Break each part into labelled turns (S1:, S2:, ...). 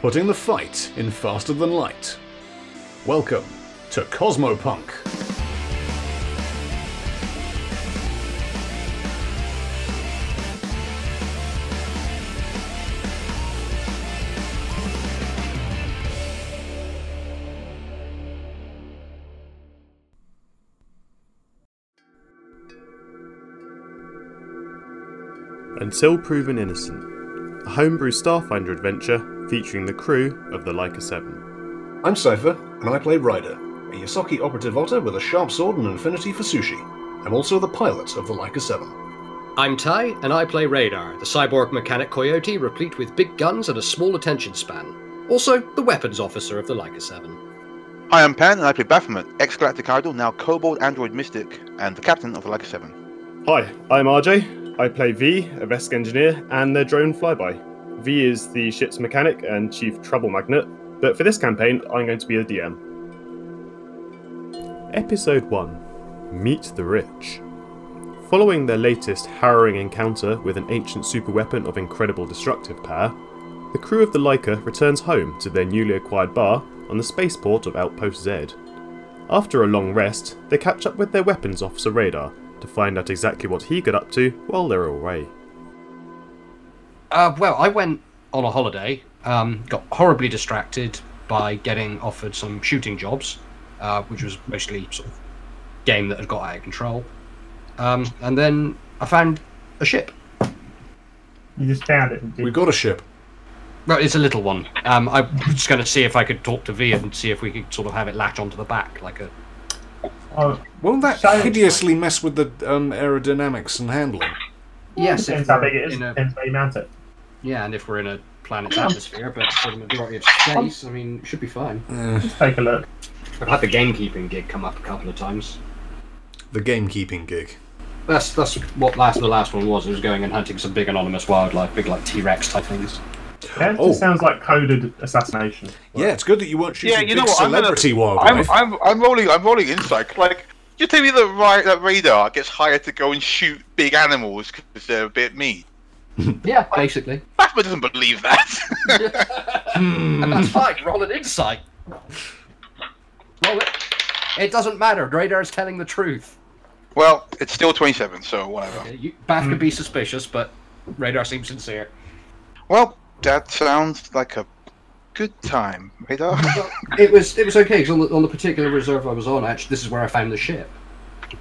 S1: putting the fight in faster than light. Welcome to Cosmopunk.
S2: Until Proven Innocent, a homebrew Starfinder adventure featuring the crew of the Leica 7.
S1: I'm Cypher, and I play Ryder, a Yasaki operative otter with a sharp sword and an affinity for sushi. I'm also the pilot of the Leica 7.
S3: I'm Ty, and I play Radar, the cyborg mechanic coyote replete with big guns and a small attention span. Also, the weapons officer of the Leica 7.
S4: Hi, I'm Pan, and I play Baphomet, ex-galactic idol, now kobold android mystic, and the captain of the Leica 7.
S2: Hi, I'm RJ. I play V, a Vesk engineer, and their drone flyby. V is the ship's mechanic and chief trouble magnet, but for this campaign, I'm going to be the DM. Episode 1 Meet the Rich. Following their latest harrowing encounter with an ancient superweapon of incredible destructive power, the crew of the Leica returns home to their newly acquired bar on the spaceport of Outpost Z. After a long rest, they catch up with their weapons officer Radar to find out exactly what he got up to while they're away.
S3: Uh, well, I went on a holiday, um, got horribly distracted by getting offered some shooting jobs, uh, which was mostly sort of game that had got out of control. Um, and then I found a ship.
S5: You just found it.
S1: We've got a ship.
S3: Well, it's a little one. Um, I was just going to see if I could talk to V and see if we could sort of have it latch onto the back, like a.
S5: Oh,
S1: Won't that
S5: Science.
S1: hideously mess with the um, aerodynamics and handling?
S3: Yes,
S5: depends how big it is.
S3: in a-
S5: Depends where you mount it.
S3: Yeah, and if we're in a planet's atmosphere, but for the majority of space, I mean, it should be fine.
S5: Just take a look.
S3: I've had the gamekeeping gig come up a couple of times.
S1: The gamekeeping gig.
S3: That's that's what last the last one was. It was going and hunting some big anonymous wildlife, big like T Rex type things.
S5: That
S1: Oh.
S5: just sounds like coded assassination.
S1: Yeah, it's good that you weren't shooting
S4: Yeah, you know
S1: big
S4: what, I'm gonna-
S1: celebrity
S4: I'm,
S1: wildlife.
S4: I'm, I'm rolling, I'm rolling insight. Like, you tell me that, Ry- that radar gets hired to go and shoot big animals because they're a bit mean.
S3: Yeah, basically.
S4: Baphomet doesn't believe that.
S3: And that's fine. Roll an insight. Roll it. It doesn't matter. Radar is telling the truth.
S4: well, it's still 27, so whatever.
S3: You, Bath could be suspicious, but Radar seems sincere.
S4: Well, that sounds like a good time, radar.
S3: it was it was okay because on the, on the particular reserve I was on, actually, this is where I found the ship. It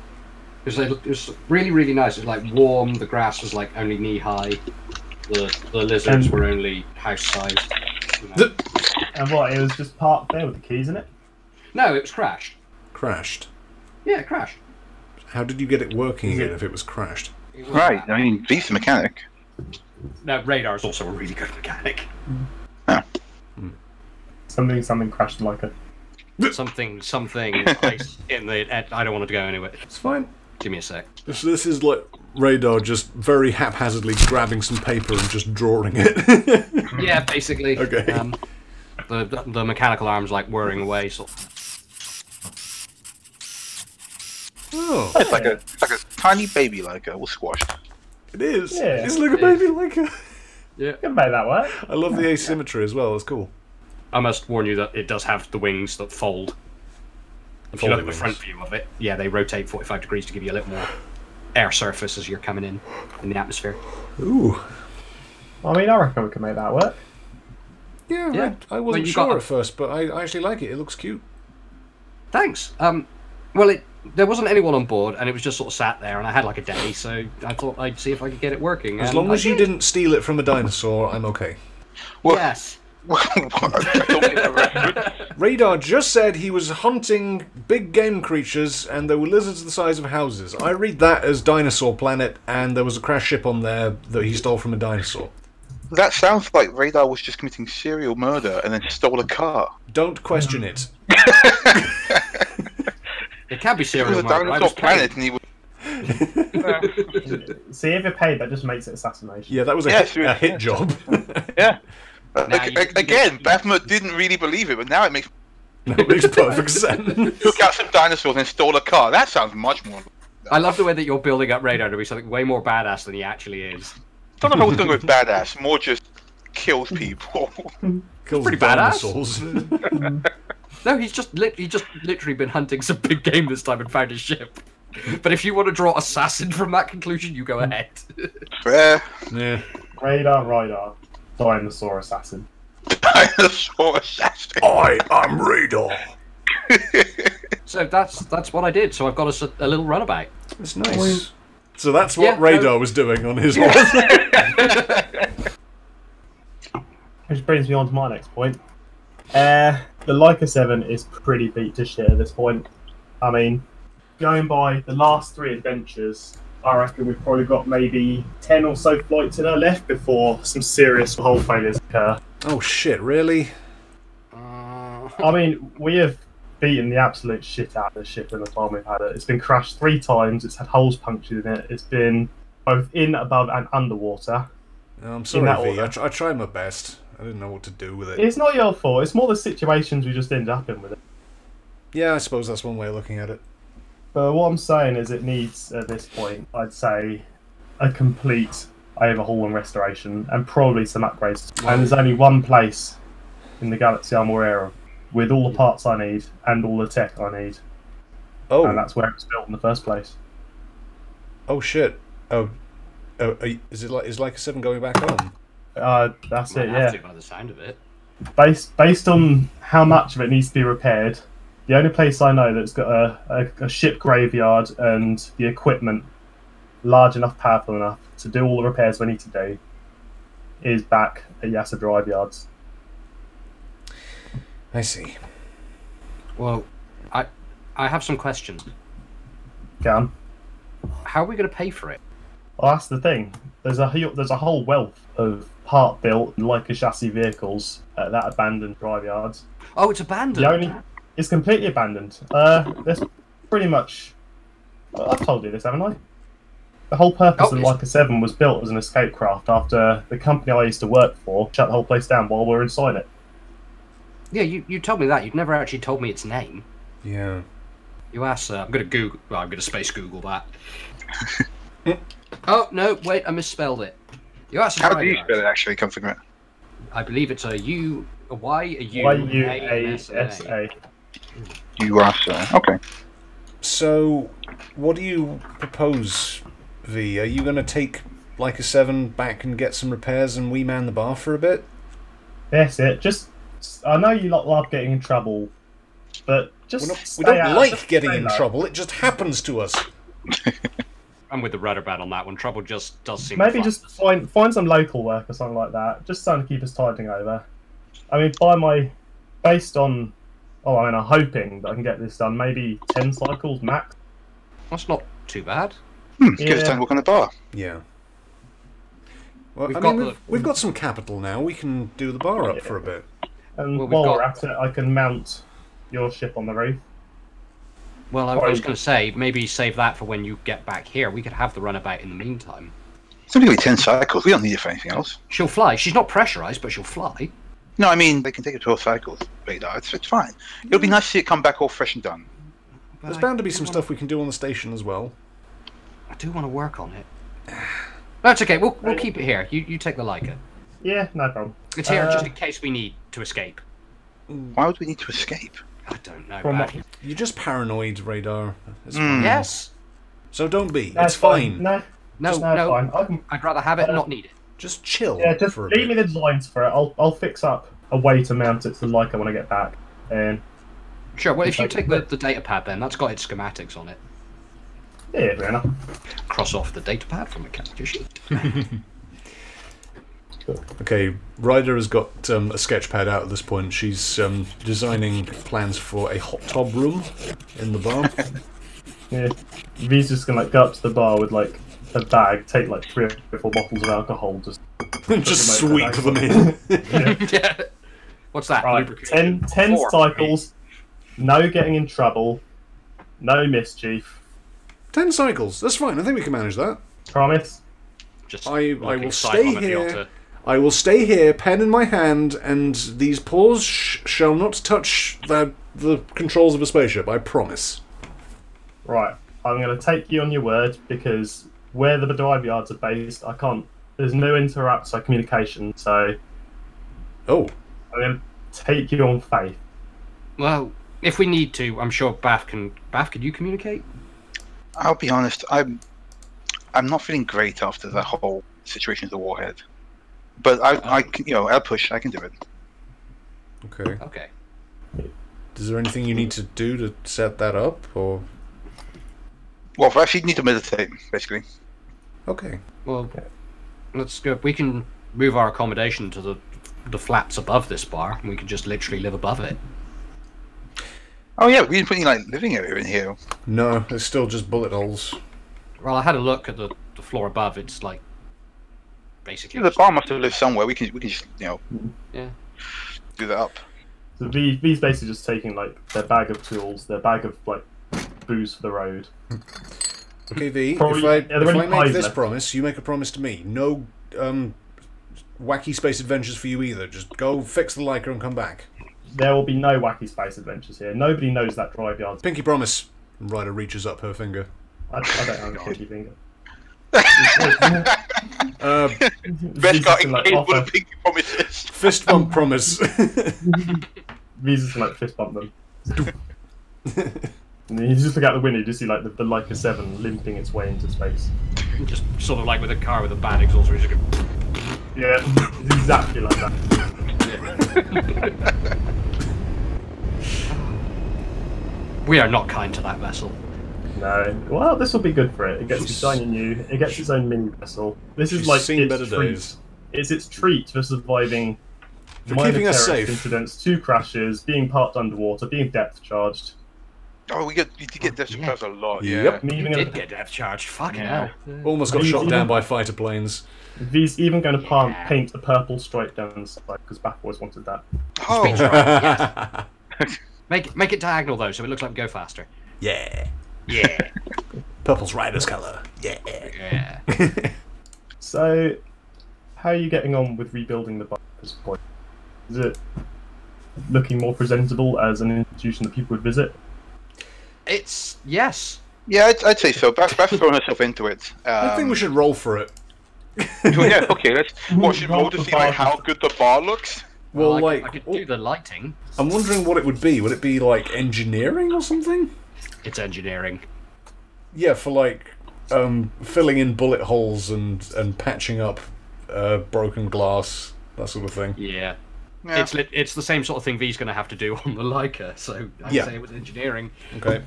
S3: was, like, it was really really nice. It was like warm. The grass was like only knee high. The the lizards
S5: And-
S3: were only house sized. you know.
S1: The-
S5: And what? It was just parked there with the keys in it.
S3: No, it was crashed.
S1: Crashed.
S3: Yeah, crashed.
S1: How did you get it working
S5: Is
S1: again
S5: it-
S1: if it was crashed?
S3: It was
S4: right,
S3: bad.
S4: I mean, he's the mechanic.
S3: No, radar is also a really good mechanic.
S5: Something, something crashed like it.
S3: something something ice in the. I don't want to go anywhere.
S1: It's fine.
S3: Give me a sec.
S1: So this is like radar just very haphazardly grabbing some paper and just drawing it.
S3: Yeah, basically.
S1: Okay.
S3: Um, the, the the mechanical arms like whirring away, sort of
S1: oh,
S4: It's like a, it's like a tiny baby like a all squashed.
S1: it is.
S5: Yeah.
S1: It's like a baby like a...
S5: You can make that work.
S1: I love the asymmetry as well. That's cool.
S3: I must warn you that it does have the wings that fold. If you look at the
S1: Folding
S3: front view of it, yeah, they rotate 45 degrees to give you a little more air surface as you're coming in in the atmosphere.
S1: Ooh.
S5: I mean, I reckon we can make that work.
S1: Yeah,
S3: Yeah.
S1: I, I
S3: Well,
S1: wasn't
S3: you
S1: sure
S3: got-
S1: at first, but I, I actually like it. It looks cute.
S3: Thanks. Um, well, it there wasn't anyone on board, and it was just sort of sat there, and I had like a day, so I thought I'd see if I could get it working.
S1: As
S3: and
S1: long
S3: I
S1: as you didn't steal it from a dinosaur, I'm okay.
S4: Well,
S3: Yes.
S4: I don't think that reference-
S1: Radar just said he was hunting big game creatures and there were lizards the size of houses. I read that as Dinosaur Planet and there was a crash ship on there that he stole from a dinosaur.
S4: That sounds like Radar was just committing serial murder and then stole a car.
S1: Don't question it.
S3: It can be
S4: It was
S3: serial
S4: a
S3: murder. I
S4: dinosaur
S3: was
S4: planet,
S3: paid.
S4: and he was.
S5: See if you're paid. That just makes it assassination.
S1: Yeah, that was a
S4: Yes,
S1: hit, a
S4: yes,
S1: hit
S4: yes.
S1: job.
S4: Yeah. Uh,
S3: Now
S4: ag-
S3: you-
S4: ag- again, Baphomet didn't really believe it, but now it makes
S1: that makes perfect sense.
S4: took out some dinosaurs and stole a car. That sounds much more.
S3: I love the way that you're building up radar to be something way more badass than he actually is.
S4: Don't know if I was going to go with badass. More just kills people.
S1: Kills
S3: pretty badass.
S1: dinosaurs.
S3: No, he's just lit- he just literally been hunting some big game this time and found his ship. But if you want to draw assassin from that conclusion, you go ahead.
S4: Fair.
S1: yeah.
S5: Radar, radar, dinosaur assassin.
S4: Dinosaur assassin.
S1: I am Radar.
S3: so that's that's what I did. So I've got us a, a little runabout.
S1: That's nice. So that's what
S3: Yeah, no-
S1: Radar was doing on his
S5: Which brings me on to my next point. Uh, the Leica 7 is pretty beat to shit at this point. I mean, going by the last three adventures, I reckon we've probably got maybe 10 or so flights in our left before some serious hull failures occur.
S1: Oh shit, really?
S3: Uh,
S5: I mean, we have beaten the absolute shit out of the ship in the time we've had it. It's been crashed three times, it's had holes punctured in it, it's been both in, above, and underwater.
S1: Oh, I'm
S5: that
S1: sorry, V.
S5: order.
S1: I, tr- I tried my best. I didn't know what to do with it.
S5: It's not your fault, it's more the situations we just end up in with it.
S1: Yeah, I suppose that's one way of looking at it.
S5: But what I'm saying is, it needs at this point, I'd say, a complete overhaul and restoration, and probably some upgrades. And there's only one place in the galaxy I'm aware of with all the parts I need and all the tech I need, and
S1: Oh,
S5: that's where it was built in the first place.
S1: oh shit. Oh, oh are you- is it like is like a seven going back home?
S5: Uh, that's
S3: might
S5: it,
S3: have
S5: yeah.
S3: to by the sound of it.
S5: Based based on how much of it needs to be repaired, the only place I know that's got a, a, a ship graveyard and the equipment large enough, powerful enough to do all the repairs we need to do is back at Yasser Drive Yards.
S1: I see.
S3: Well, I I have some questions.
S5: Can
S3: How are we going to pay for it?
S5: well, that's the thing. There's a hu- there's a whole wealth of part built like a chassis vehicles at that abandoned drive yards.
S3: Oh, it's abandoned.
S5: The only it's completely abandoned. Uh, there's pretty much. well, I've told you this, haven't I? The whole purpose
S3: Oh,
S5: of
S3: yes.
S5: Leica Seven was built as an escape craft after the company I used to work for shut the whole place down while we were inside it.
S3: Yeah, you, you told me that. You'd never actually told me its name.
S1: Yeah.
S3: You asked. Uh, I'm going to Google. Well, I'm going to space Google that. oh no! Wait, I misspelled it. You asked.
S4: How do you spell it actually? Come figure it.
S3: I believe it's a U, a Y, a U,
S5: Y U
S3: A,
S5: A
S3: and S, and
S5: S A.
S4: You are sir. Okay.
S1: So, what do you propose, V? Are you going to take like a seven back and get some repairs and we man the bar for a bit?
S5: That's it. Just I know you lot love getting in trouble, but just
S1: We're not,
S5: stay
S1: we don't
S5: out.
S1: like
S5: Just
S1: getting
S5: stay
S1: in
S5: low.
S1: trouble. It just happens to us.
S3: I'm with the rudder bat on that one. Trouble just does seem.
S5: Maybe
S3: fun.
S5: just find find some local work or something like that. Just something to keep us tiding over. I mean, by my based on, oh, I mean, I'm hoping that I can get this done. Maybe ten cycles max.
S3: That's not too bad.
S4: Hmm. Give us
S5: Yeah.
S4: time to work on the bar.
S1: Yeah. Well,
S3: We've
S1: I
S3: got
S1: mean,
S3: the-
S1: we've, we've got some capital now. We can do the bar up for a bit.
S5: And
S3: Well, we've
S5: while
S3: got-
S5: we're at it, I can mount your ship on the roof.
S3: Well, I, I was
S5: Fine.
S3: going to say maybe save that for when you get back here. We could have the runabout in the meantime.
S4: It's only going to be 10 cycles. We don't need it for anything else.
S3: She'll fly. She's not pressurized, but she'll fly.
S4: No, I mean, they can take it 12 cycles. Radar. It's, it's fine. It'll be nice to see it come back all fresh and done.
S3: But
S1: There's
S3: I
S1: bound to be
S3: do
S1: some
S3: wanna-
S1: stuff we can do on the station as well.
S3: I do want to work on it. That's okay. We'll, we'll keep it here. You you take the Leica.
S5: Yeah, no problem.
S3: It's here
S5: Uh,
S3: just in case we need to escape.
S4: Why would we need to escape?
S3: I don't know.
S5: From
S3: man.
S1: You're just paranoid, Radar. It's
S4: Mm.
S1: fine.
S3: Yes.
S1: So don't be.
S5: No,
S1: it's fine.
S5: No,
S3: No.
S5: no, it's
S3: No.
S5: fine. I can,
S3: I'd rather have it,
S5: Uh,
S3: not need it.
S1: Just chill
S5: yeah, just
S1: for a
S5: leave
S1: bit.
S5: me the lines for it. I'll I'll fix up a way to mount it to like I want to get back. And
S3: Sure. Well, if you
S5: Okay.
S3: take the, the data pad, then that's got its schematics on it.
S5: yeah, fair enough.
S3: Cross off the data pad from the character sheet.
S1: Okay, Ryder has got um, a sketch pad out at this point. She's um, designing plans for a hot tub room in the bar.
S5: Yeah. V's just gonna like go up to the bar with like a bag, take like three or four bottles of alcohol, just
S1: just sweep them in.
S3: yeah. What's that?
S5: right,
S3: Lubrication.
S5: ten, ten
S3: Four.
S5: cycles, no getting in trouble, no mischief.
S1: Ten cycles. That's fine. I think we can manage that.
S5: Promise?
S3: Just
S1: I- I
S3: looking
S1: will
S3: sidelong
S1: stay
S3: at the
S1: here.
S3: altar.
S1: I will stay here, pen in my hand, and these paws sh- shall not touch the, the controls of a spaceship. I promise.
S5: Right. I'm gonna take you on your word because where the dive yards are based, I can't there's no interrupts or communication, so
S1: Oh,
S5: I'm going to take you on faith.
S3: Well, if we need to, I'm sure Bath can. Bath, could you communicate?
S4: I'll be honest. I'm I'm not feeling great after the whole situation with the warhead, but I, I can, you know, I'll push. I can do it.
S1: Okay.
S3: Okay.
S1: Is there anything you need to do to set that up, or
S4: Well, I actually need to meditate, basically.
S1: okay?
S3: Well, let's go. We can move our accommodation to the the flats above this bar, and we can just literally live above it.
S4: Oh yeah, we didn't put any like living area in here.
S1: No, it's still just bullet holes.
S3: Well, I had a look at the, the floor above. It's like basically.
S4: The bar must have lived somewhere. We can we can just you know.
S1: Mm-hmm.
S3: Yeah.
S4: Do that up.
S5: So these, these basically just taking like their bag of tools, their bag of like booze for the road.
S1: Okay, V.
S5: Probably-
S1: if I,
S5: are there
S1: if
S5: any
S1: I make
S5: pies
S1: this
S5: left?
S1: promise, you make a promise to me. No um, wacky space adventures for you either. Just go fix the Lycra and come back.
S5: There will be no wacky space adventures here. Nobody knows that drive yard.
S1: Pinky promise. Ryder reaches up her finger.
S5: I, I don't have a pinky finger.
S1: Uh,
S4: Best
S5: Visa's
S4: got
S5: can, like,
S4: incapable
S5: offer-
S4: of pinky promises.
S1: fist bump promise.
S5: Visa's can like fist bump them. and then you just look out the window, you just see like the, the Leica 7 limping its way into space.
S3: just sort of like with a car with a bad exhaust, where you just go,
S5: Yeah, it's exactly like that.
S3: we are not kind to that vessel.
S5: No. Well, this will be good for it. It gets its own new. It gets its own mini vessel. This is
S1: She's
S5: like
S1: seen
S5: its
S1: better
S5: treat.
S1: days.
S5: It's its treat for surviving
S1: For
S5: minor
S1: keeping us
S5: terrorist
S1: safe.
S5: incidents, two crashes, being parked underwater, being depth charged,
S4: Oh, we get you did get death
S3: Yeah.
S4: traps a lot. Yeah.
S1: Yep.
S5: and
S3: You
S5: even
S3: did
S5: going
S3: get death charge. Fucking
S6: Yeah.
S3: hell.
S1: Almost got
S5: Are you
S1: shot
S5: even-
S1: down by fighter planes.
S5: V's even going to palm,
S3: Yeah.
S5: paint a purple stripe down the side because Bath always wanted that.
S4: Oh,
S1: yeah.
S3: Make it, make it diagonal though, so it looks like we go faster.
S1: Yeah. Purple's Ryder's color. Yeah.
S3: Yeah.
S5: So, how are you getting on with rebuilding the bar at this point? Is it looking more presentable as an institution that people would visit?
S3: it's yes.
S4: yeah, I'd, I'd say so. Beth, Beth's thrown herself into it. Um,
S1: I think we should roll for it.
S4: Well, yeah, okay, let's watch it roll to see like how good the bar looks.
S1: Well,
S3: I
S1: like,
S3: could-
S1: oh.
S3: I could do the lighting.
S1: I'm wondering what it would be. Would it be like engineering or something?
S3: It's engineering.
S1: Yeah, for like um, filling in bullet holes and and patching up uh, broken glass, that sort of thing.
S3: Yeah.
S4: Yeah.
S3: It's lit it's the same sort of thing V's going to have to do on the Leica, so I'd
S1: Yeah.
S3: say it was engineering.
S1: Okay.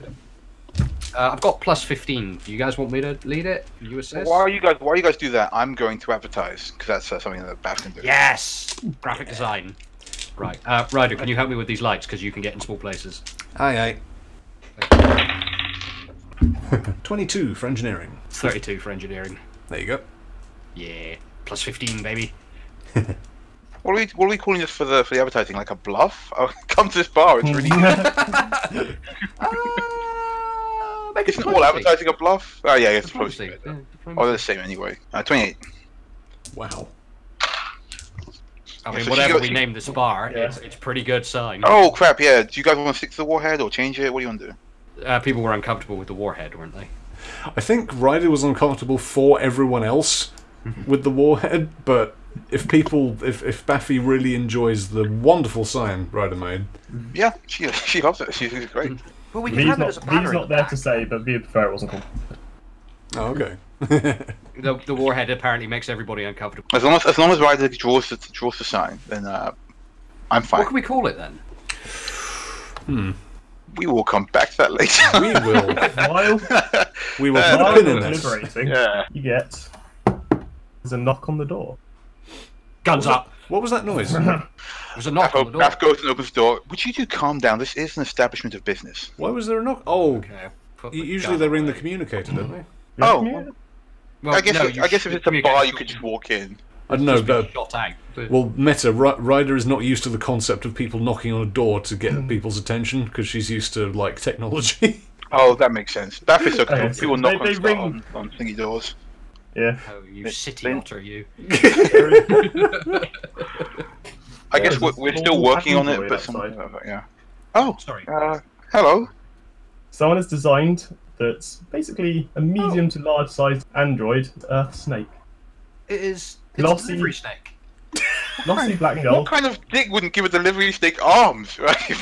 S3: Uh, I've got plus 15. Do you guys want me to lead it? You assist?
S4: Why are you guys? Why you guys do that? I'm going to advertise because that's uh, something that Beth can do.
S3: Yes! Graphic design. Right. Uh, Ryder, can you help me with these lights? Because you can get in small places.
S1: Aye aye. Twenty-two for engineering.
S3: 32 for engineering.
S1: There you go.
S3: Yeah. Plus 15, baby.
S4: What are we? What are we calling this for the for the advertising? Like a bluff? Oh, come to this bar. It's really. Isn't all advertising a bluff? Oh yeah, it's supposed to.
S3: Diplomacy,
S4: be.
S3: yeah,
S4: Oh,
S3: diplomacy.
S4: they're the same anyway. Uh, Twenty-eight.
S1: Wow.
S3: I
S4: yeah,
S3: mean,
S4: so
S3: whatever
S4: she-
S3: we name this bar,
S5: Yeah.
S3: it's, it's pretty good sign.
S4: Oh crap! Yeah. Do you guys want to stick to the warhead or change it? What do you want to do?
S3: Uh, people were uncomfortable with the warhead, weren't they?
S1: I think Ryder was uncomfortable for everyone else with the warhead, but if people, if if Baffy really enjoys the wonderful sign Ryder made,
S4: Yeah, she she loves it. She's she's great.
S3: Well, we
S5: V's not, V's not there to say, but V would prefer it wasn't called.
S1: oh okay.
S3: The, the warhead apparently makes everybody uncomfortable.
S4: As long as as long as Ryder draws the draws the sign, then uh, I'm
S3: What
S4: fine.
S3: can we call it then?
S4: We will come back to that later.
S1: we will,
S5: While,
S1: we will put a
S5: while
S1: pin
S5: you're
S1: in this.
S5: deliberating,
S4: yeah.
S5: you get there's a knock on the door.
S3: Guns up.
S1: What was that noise?
S3: There's a knock on the
S4: Oh,
S3: door.
S4: Raph goes and opens the door. Would you two calm down? This is an establishment of business.
S1: Why was there a knock? Oh,
S3: Okay. put
S1: u-
S3: the
S1: usually
S3: gun
S1: they're in the
S3: away.
S1: communicator, don't they?
S4: Oh.
S5: Yeah.
S3: Well,
S4: I guess
S3: no,
S4: if,
S3: you
S4: I guess
S3: should
S4: if it's a
S3: communicate
S4: bar,
S3: with
S4: you could just walk in.
S1: I don't know,
S3: people
S1: but
S3: being shot out. But-
S1: well, Meta Ry- Ryder is not used to the concept of people knocking on a door to
S5: Mm.
S1: get people's attention because she's used to like technology.
S4: Oh, that makes sense. That is okay.
S5: Okay, so
S4: People knock
S5: they-
S4: on,
S5: they
S4: stuff-
S5: ring.
S4: on, on thingy doors.
S5: yeah.
S3: oh, you
S4: They-
S3: city
S4: they-
S3: otter, you.
S4: I guess
S5: there's
S4: we're,
S5: a
S4: we're still
S5: small
S4: working on it,
S5: patio
S4: but some,
S5: outside.
S4: yeah. Oh,
S3: Sorry.
S4: uh, hello.
S5: Someone has designed that's basically a
S4: Oh.
S5: medium to large sized android earth snake.
S3: It is. It's
S5: Glossy.
S3: a delivery snake.
S5: Lossy Black Gull.
S4: What kind of dick wouldn't give a delivery snake arms, right?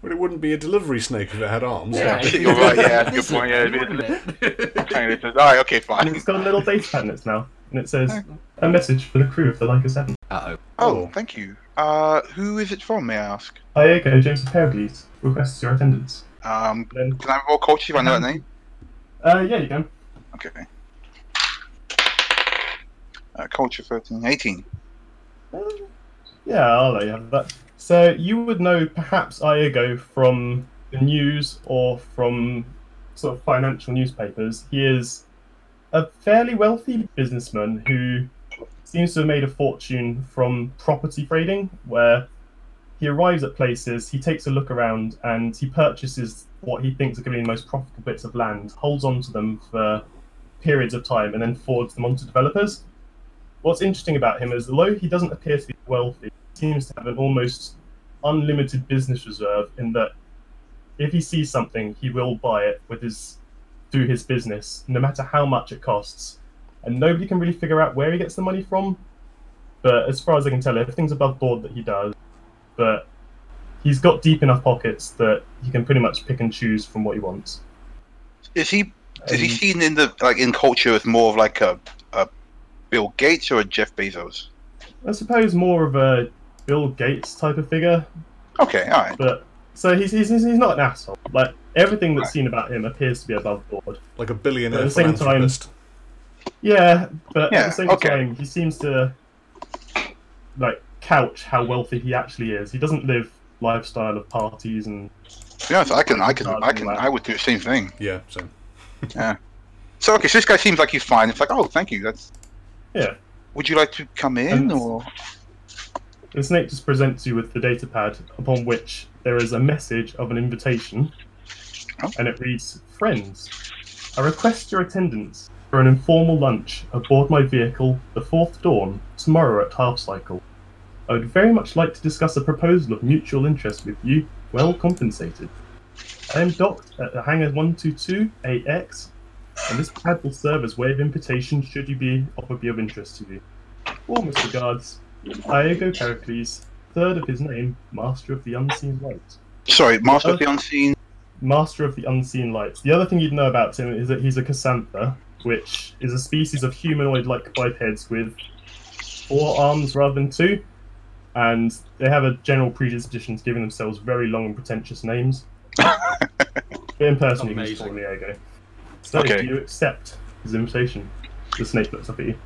S1: But it wouldn't be a delivery snake if it had arms.
S4: Yeah. You're right, yeah, good point, yeah, it is. kind of says, all right, okay,
S5: And
S4: fine.
S5: it's got little data planets now. And it says, a message for the crew of the Leica 7.
S3: Uh oh.
S4: Oh, thank you. Uh, who is it from, may I ask?
S5: Iago Joseph Heracles requests your attendance.
S4: Um,
S5: And then,
S4: can I have more culture if I know that name?
S5: uh, yeah, you can.
S4: Okay. Uh, culture 13, 18.
S5: Yeah, I'll let you have that. So you would know perhaps Iago from the news or from sort of financial newspapers. He is a fairly wealthy businessman who seems to have made a fortune from property trading, where he arrives at places, he takes a look around, and he purchases what he thinks are going to be the most profitable bits of land, holds on to them for periods of time, and then forwards them on to developers. What's interesting about him is, though he doesn't appear to be wealthy, seems to have an almost unlimited business reserve in that if he sees something, he will buy it with his through his business, no matter how much it costs. And nobody can really figure out where he gets the money from. But as far as I can tell, everything's above board that he does. But he's got deep enough pockets that he can pretty much pick and choose from what he wants.
S4: Is he is he
S5: Um,
S4: seen in the like in culture as more of like a, a Bill Gates or a Jeff Bezos?
S5: I suppose more of a Bill Gates type of figure,
S4: Okay, all right.
S5: but so he's he's, he's he's not an asshole. Like everything that's seen about him appears to be above board.
S1: Like a
S5: But
S1: billionaire
S5: at the same time-
S1: philanthropist.
S5: Yeah, but at
S4: Yeah,
S5: the same
S4: okay.
S5: time, he seems to like couch how wealthy he actually is. He doesn't live lifestyle of parties and
S4: To be honest, I can I can I can I would do the same thing.
S1: yeah, same.
S4: So okay, so this guy seems like he's fine. It's like oh, thank you. That's
S5: Yeah.
S4: Would you like to come in
S5: And-
S4: or
S5: the snake just presents you with the data pad upon which there is a message of an invitation
S4: Oh.
S5: and it reads friends i request your attendance for an informal lunch aboard my vehicle the fourth dawn tomorrow at half cycle i would very much like to discuss a proposal of mutual interest with you well compensated i am docked at the hangar 122ax and this pad will serve as way of invitation should you be offer be of interest to you warmest regards Iago Pericles, third of his name, Master of the Unseen Light.
S4: sorry, Master of the Unseen?
S5: Master of the Unseen Lights. The other thing you'd know about him is that he's a Cassantha, which is a species of humanoid like bipeds with four arms rather than two, and they have a general predisposition to giving themselves very long and pretentious names. but in person, you can just call him Iago. So,
S4: Okay.
S5: do you accept his invitation? The snake looks up at you.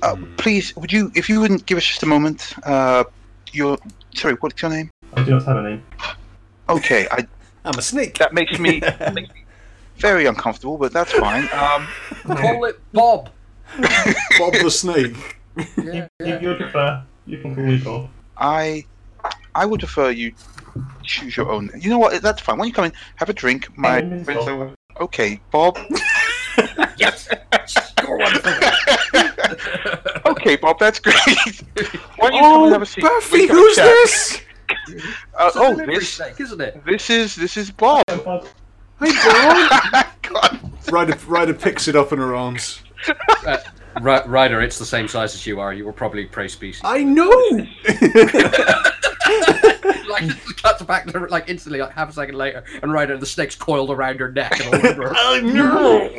S4: Uh, please, would you if you wouldn't give us just a moment? Uh, your sorry, what's your name?
S5: I do not have a name.
S4: Okay, I
S1: I'm a snake.
S4: that makes me very uncomfortable, but that's fine. Um,
S3: Call it Bob.
S1: Bob the snake.
S5: If- If you prefer, you can call me Bob.
S4: I I would prefer you choose your own. You know what? That's fine. When you come in, have a drink. My
S5: Hey, Mr.
S4: friends are- okay, Bob.
S3: Yes. Score one.
S4: okay, Bob. That's great. Why don't you come
S1: Oh,
S4: and have a seat? We
S1: Buffy,
S4: can
S1: who's
S4: chat.
S1: this?
S4: Uh,
S6: It's a
S4: oh,
S6: delivery
S4: this
S6: snake, isn't it?
S4: this is this is Bob.
S5: Hey, Bob.
S1: Oh,
S4: God.
S1: Ryder, Ryder picks it up in her arms.
S6: Ry- Ryder, it's the same size as you are. You were probably prey species.
S1: I know.
S6: like it cuts back to like instantly, like half a second later, and Ryder, the snake's coiled around her neck. And all over her.
S1: I know.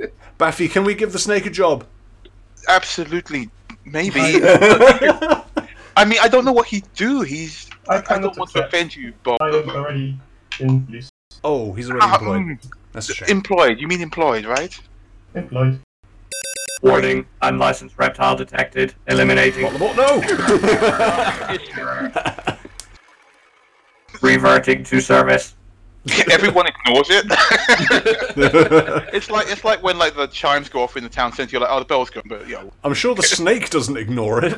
S6: no.
S1: Buffy, can we give the snake a job?
S4: Absolutely. Maybe. I mean, I don't know what he'd do. He's.
S5: I
S4: I, don't
S5: cannot
S4: want to
S5: accept.
S4: offend you, Bob.
S5: I am already in use.
S1: Oh, he's already
S4: Ah,
S1: employed.
S4: mm,
S1: That's a shame.
S4: employed. You mean employed, right?
S5: Employed.
S7: Warning, unlicensed reptile detected. Eliminating, reverting to service.
S4: Everyone ignores it. It's like it's like when like the chimes go off in the town centre. You're like, oh, the bell's gone, but you know,
S1: I'm sure the snake doesn't ignore it.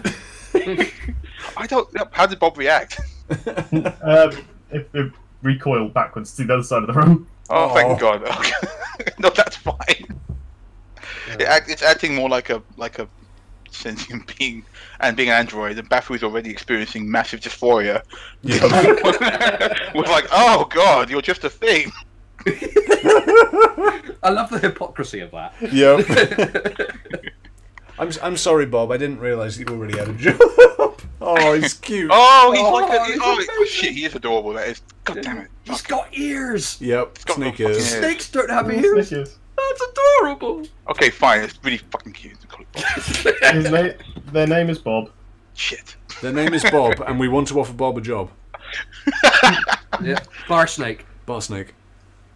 S4: I don't. How did Bob react?
S5: Um, if we recoil backwards to the other side of the room.
S4: Oh,
S1: Aw.
S4: thank God. Okay. no, that's fine. It act, it's acting more like a like a sentient being and being an android. And Bafu is already experiencing massive dysphoria.
S1: Yeah.
S4: We're like, oh God, you're just a thing.
S6: I love the hypocrisy of that.
S1: yep. I'm, I'm sorry, Bob. I didn't realise you already had a job. oh, he's cute.
S4: Oh, he's
S6: Oh,
S4: like a, he,
S6: he's
S4: oh,
S6: amazing.
S4: shit, he is adorable. That is. God damn it.
S6: He's got ears.
S1: Yep,
S4: got no fucking
S1: sneakers.
S4: hair.
S6: Snakes don't have ears.
S5: Snitches.
S6: That's adorable.
S4: Okay, fine. It's really fucking cute.
S5: His na- their name is Bob.
S4: Shit.
S1: Their name is Bob, and we want to offer Bob a job.
S6: yeah. Bar snake.
S1: Bar snake.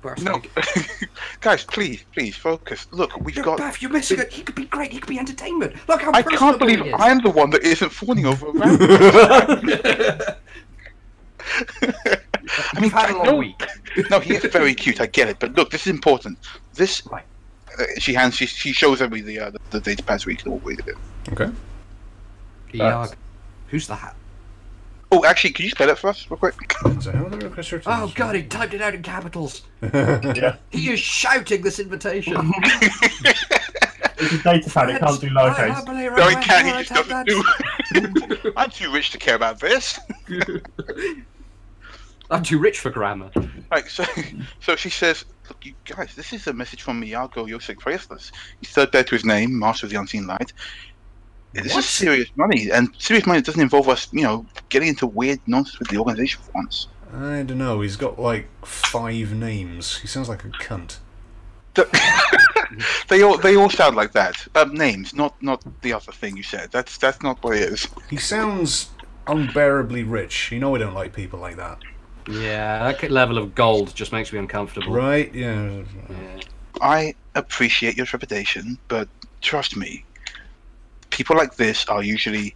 S6: Bar
S4: No.
S6: snake.
S4: Guys, please, please, focus. Look, we've
S6: You're,
S4: got.
S6: Beth, you're missing it. He could be great. He could be entertainment. Look how
S4: I
S6: personable
S4: can't believe
S6: he is.
S4: I'm the one that isn't falling over around. I mean,
S6: You've had a
S4: I
S6: long
S4: know-
S6: week.
S4: no, he is very cute. I get it, but look, this is important. This uh, she hands she, she shows every the uh, the, the data pads we can all read it.
S1: Okay.
S6: Yeah. Who's that?
S4: Oh, actually, can you spell it for us real quick?
S1: So how are they requesting-
S6: Oh God! He typed it out in capitals.
S5: Yeah.
S6: He is shouting this invitation.
S5: It's a data pad, it can't do lowercase.
S4: No, he can't. He just doesn't do. it. I'm too rich to care about this.
S3: I'm too rich for grammar.
S4: Right, so, so she says, Look, you guys, this is a message from Miyago Yosek Faithless. He's third bear to his name, Master of the Unseen Light. This is serious money, and serious money doesn't involve us, you know, getting into weird nonsense with the organization for once.
S1: I don't know. He's got like five names. He sounds like a cunt.
S4: They all they all sound like that. Um, names, not not the other thing you said. That's that's not what it is.
S1: He sounds unbearably rich. You know I don't like people like that,
S3: Yeah, that level of gold just makes me uncomfortable.
S1: right? Yeah.
S3: Yeah.
S4: I appreciate your trepidation, but trust me, people like this are usually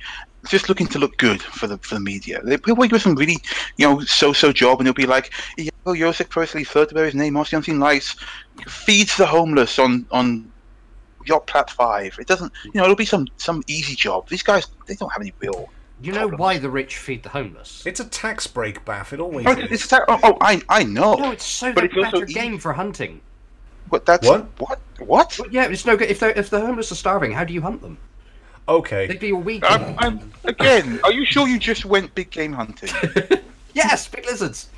S4: just looking to look good for the for the media. They people do some really, you know, so-so job, and they'll be like, "Yeah, well, Joseph Presley, third to bear his name, Austin Unseen Lights, feeds the homeless on on Yacht Plat Five. It doesn't, you know, it'll be some some easy job. These guys, they don't have any real.
S3: You know why the rich feed the homeless?
S1: It's a tax break, Baff. It always
S4: Oh,
S1: is.
S4: it's that, oh, oh, I I know,
S3: No, it's so
S4: But
S3: the
S4: it's also e-
S3: better
S4: easy.
S3: game for hunting.
S4: but that's
S1: What?
S4: what what.
S6: But yeah, it's no good. If the if the homeless are starving, how do you hunt them?
S1: Okay.
S6: They'd be all weak.
S4: I'm, I'm, again, are you sure you just went big game hunting?
S6: Yes, big lizards.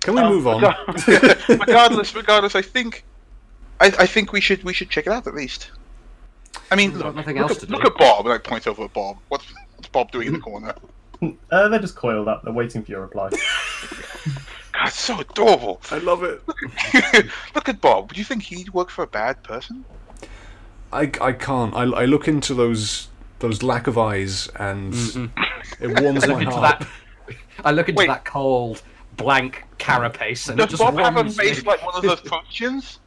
S1: Can
S4: oh,
S1: we move on?
S4: regardless, regardless, I think, I, I think we should we should check it out at least. I mean,
S3: We've got
S4: look,
S3: nothing
S4: look
S3: else
S4: at,
S3: to do.
S4: look at Bob, and I point over at Bob. What's, what's Bob doing in the corner?
S5: Uh, they're just coiled up, they're waiting for your reply.
S4: God, so adorable.
S1: I love it.
S4: look at Bob. Would you think he'd work for a bad person?
S1: I, I can't. I, I look into those those lack of eyes, and it warms my
S3: Into
S1: heart.
S3: that, I look into
S4: Wait.
S3: that cold, blank carapace, and it
S4: Does
S3: just
S4: Bob have a
S3: warms me.
S4: face like one of those Prussians?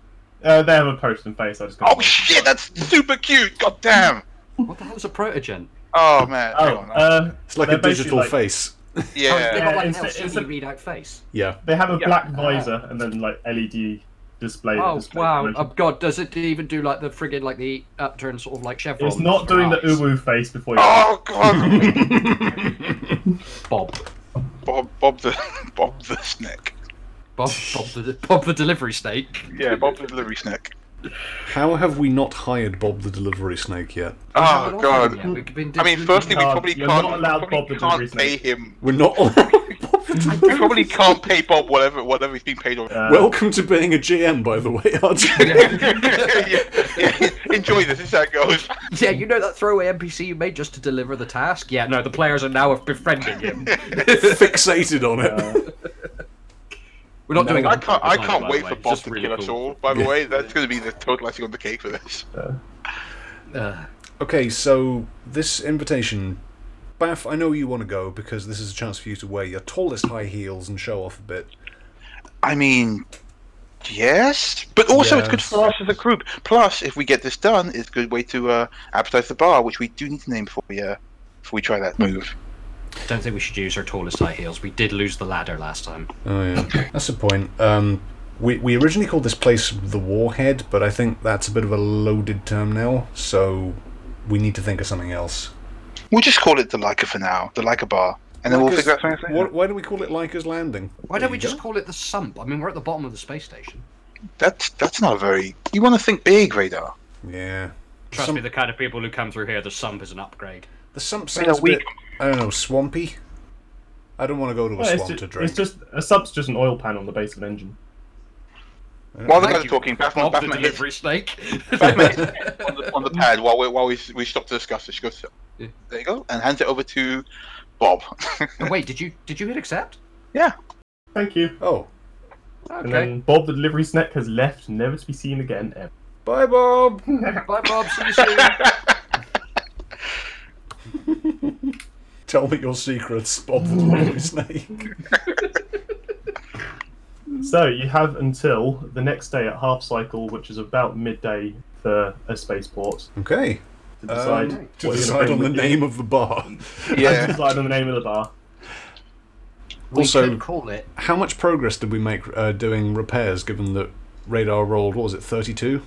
S5: Uh, they have a post and face, I just got
S4: Oh shit, that's super cute. God damn.
S3: What the hell's a protogen?
S4: Oh man.
S5: Oh,
S4: hang on.
S5: uh,
S1: It's like
S5: they're
S1: a digital
S5: basically like-
S1: face.
S3: They
S4: yeah.
S3: got like
S5: it's
S3: an
S5: a-
S3: LCD
S5: it's a-
S3: readout face.
S1: Yeah.
S5: They have a
S4: Yeah.
S5: black visor and then like LED display. that
S3: Oh
S5: displays
S3: wow!
S5: information.
S3: Oh god, does it even do like the friggin' like the upturned sort of like chevron?
S5: it's not doing the uwu face before you.
S4: Oh god.
S3: Bob,
S4: Bob, Bob the Bob the snake.
S3: Bob, Bob the Bob the delivery snake.
S4: Yeah, Bob the delivery snake.
S1: How have we not hired Bob the delivery snake yet?
S4: Oh god.
S3: Yeah, we've been
S4: I mean, firstly, we
S5: No,
S4: probably
S5: you're
S4: can't,
S5: not allowed
S4: probably
S5: Bob the delivery
S4: can't pay
S5: snake.
S4: him.
S1: We're not.
S4: We probably can't pay Bob whatever whatever he's been paid on.
S5: Uh,
S1: Welcome to being a GM, by the way, RJ.
S4: yeah, yeah, enjoy this. This is how it goes.
S3: yeah, you know that throwaway NPC you made just to deliver the task. Yeah, no, the players are now befriending him.
S1: Fixated on it.
S5: uh,
S3: We're not doing. it
S4: I
S3: on purpose
S4: can't. I
S3: either,
S4: can't
S3: by
S4: wait
S3: the
S4: for
S3: way,
S4: Bob
S3: just
S4: to
S3: really
S4: kill us
S3: cool.
S4: all. By the way, that's going to be the total icing on the cake for this.
S3: Uh,
S1: Okay, so this invitation. Baff, I know you want to go because this is a chance for you to wear your tallest high heels and show off a bit.
S4: I mean, yes, but also it's good
S1: Yes.
S4: for us as a group. Plus, if we get this done, it's a good way to uh, appetize the bar, which we do need to name before we uh, before we try that move.
S3: don't think we should use her tallest high heels. We did lose the ladder last time.
S1: Oh yeah, that's the point. Um, we we originally called this place the Warhead, but I think that's a bit of a loaded term now, so we need to think of something else.
S4: We'll just call it the Leica for now. The Leica bar, and then we'll
S1: Lyca's-
S4: figure out something.
S1: Why,
S4: later.
S1: why do we call it Liker's Landing?
S3: Why
S1: There
S3: don't we
S1: you
S3: just
S1: go.
S3: call it the sump? I mean, we're at the bottom of the space station.
S4: That's that's not very. You want to think big, Radar.
S1: Yeah.
S3: Trust
S1: Some-
S3: me, the kind of people who come through here, the sump is an upgrade.
S1: The sump
S4: mean,
S1: sounds
S4: a
S1: a
S4: week-
S1: bit. I don't know, swampy. I don't want to go to a
S5: well, it's,
S1: swamp
S5: just,
S1: to
S5: it's
S1: drink.
S5: just a sub's just an oil pan on the base of an engine.
S4: While the guys
S6: Thank
S4: are
S6: you,
S4: talking, Batman,
S6: Bob the
S4: Batman hits
S6: delivery snake.
S4: Batman hits on, the, on the pad while we while we, we stop to discuss this. She goes,
S3: Yeah.
S4: "There you go," and hands it over to Bob.
S6: Oh, Wait, did you did you hit accept?
S5: Thank you.
S1: Oh,
S5: And
S6: Okay.
S5: then Bob the delivery snack has left, never to be seen again ever.
S1: bye, Bob.
S6: Bye, Bob. See you soon.
S1: Tell me your secrets, Bob the Delivery Snake.
S5: So you have until the next day at half cycle, which is about midday for a spaceport,
S1: Okay.
S5: to
S1: Um,
S5: decide
S1: to
S5: what you're gonna
S1: decide
S5: bring
S1: on the
S5: with you.
S1: name of the bar.
S5: And to
S4: yeah,
S5: decide on the name of the bar.
S3: We
S1: Also-
S3: could call it.
S1: How much progress did we make uh, doing repairs, given that radar rolled, what was it, 32?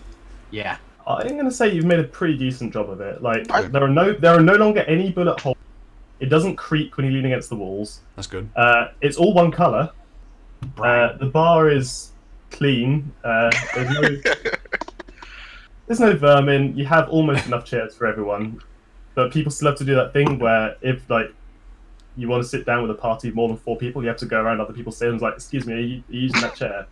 S3: Yeah.
S5: I'm going to say you've made a pretty decent job of it. Like
S4: I-
S5: there are no there are no longer any bullet holes. It doesn't creak when you lean against the walls.
S1: That's good.
S5: Uh, it's all one color. Uh,
S3: Brian.
S5: the bar is clean. Uh, there's, no, there's no vermin. You have almost enough chairs for everyone, but people still have to do that thing where if like you want to sit down with a party of more than four people, you have to go around other people's tables like, "Excuse me, are you, are you using that chair?"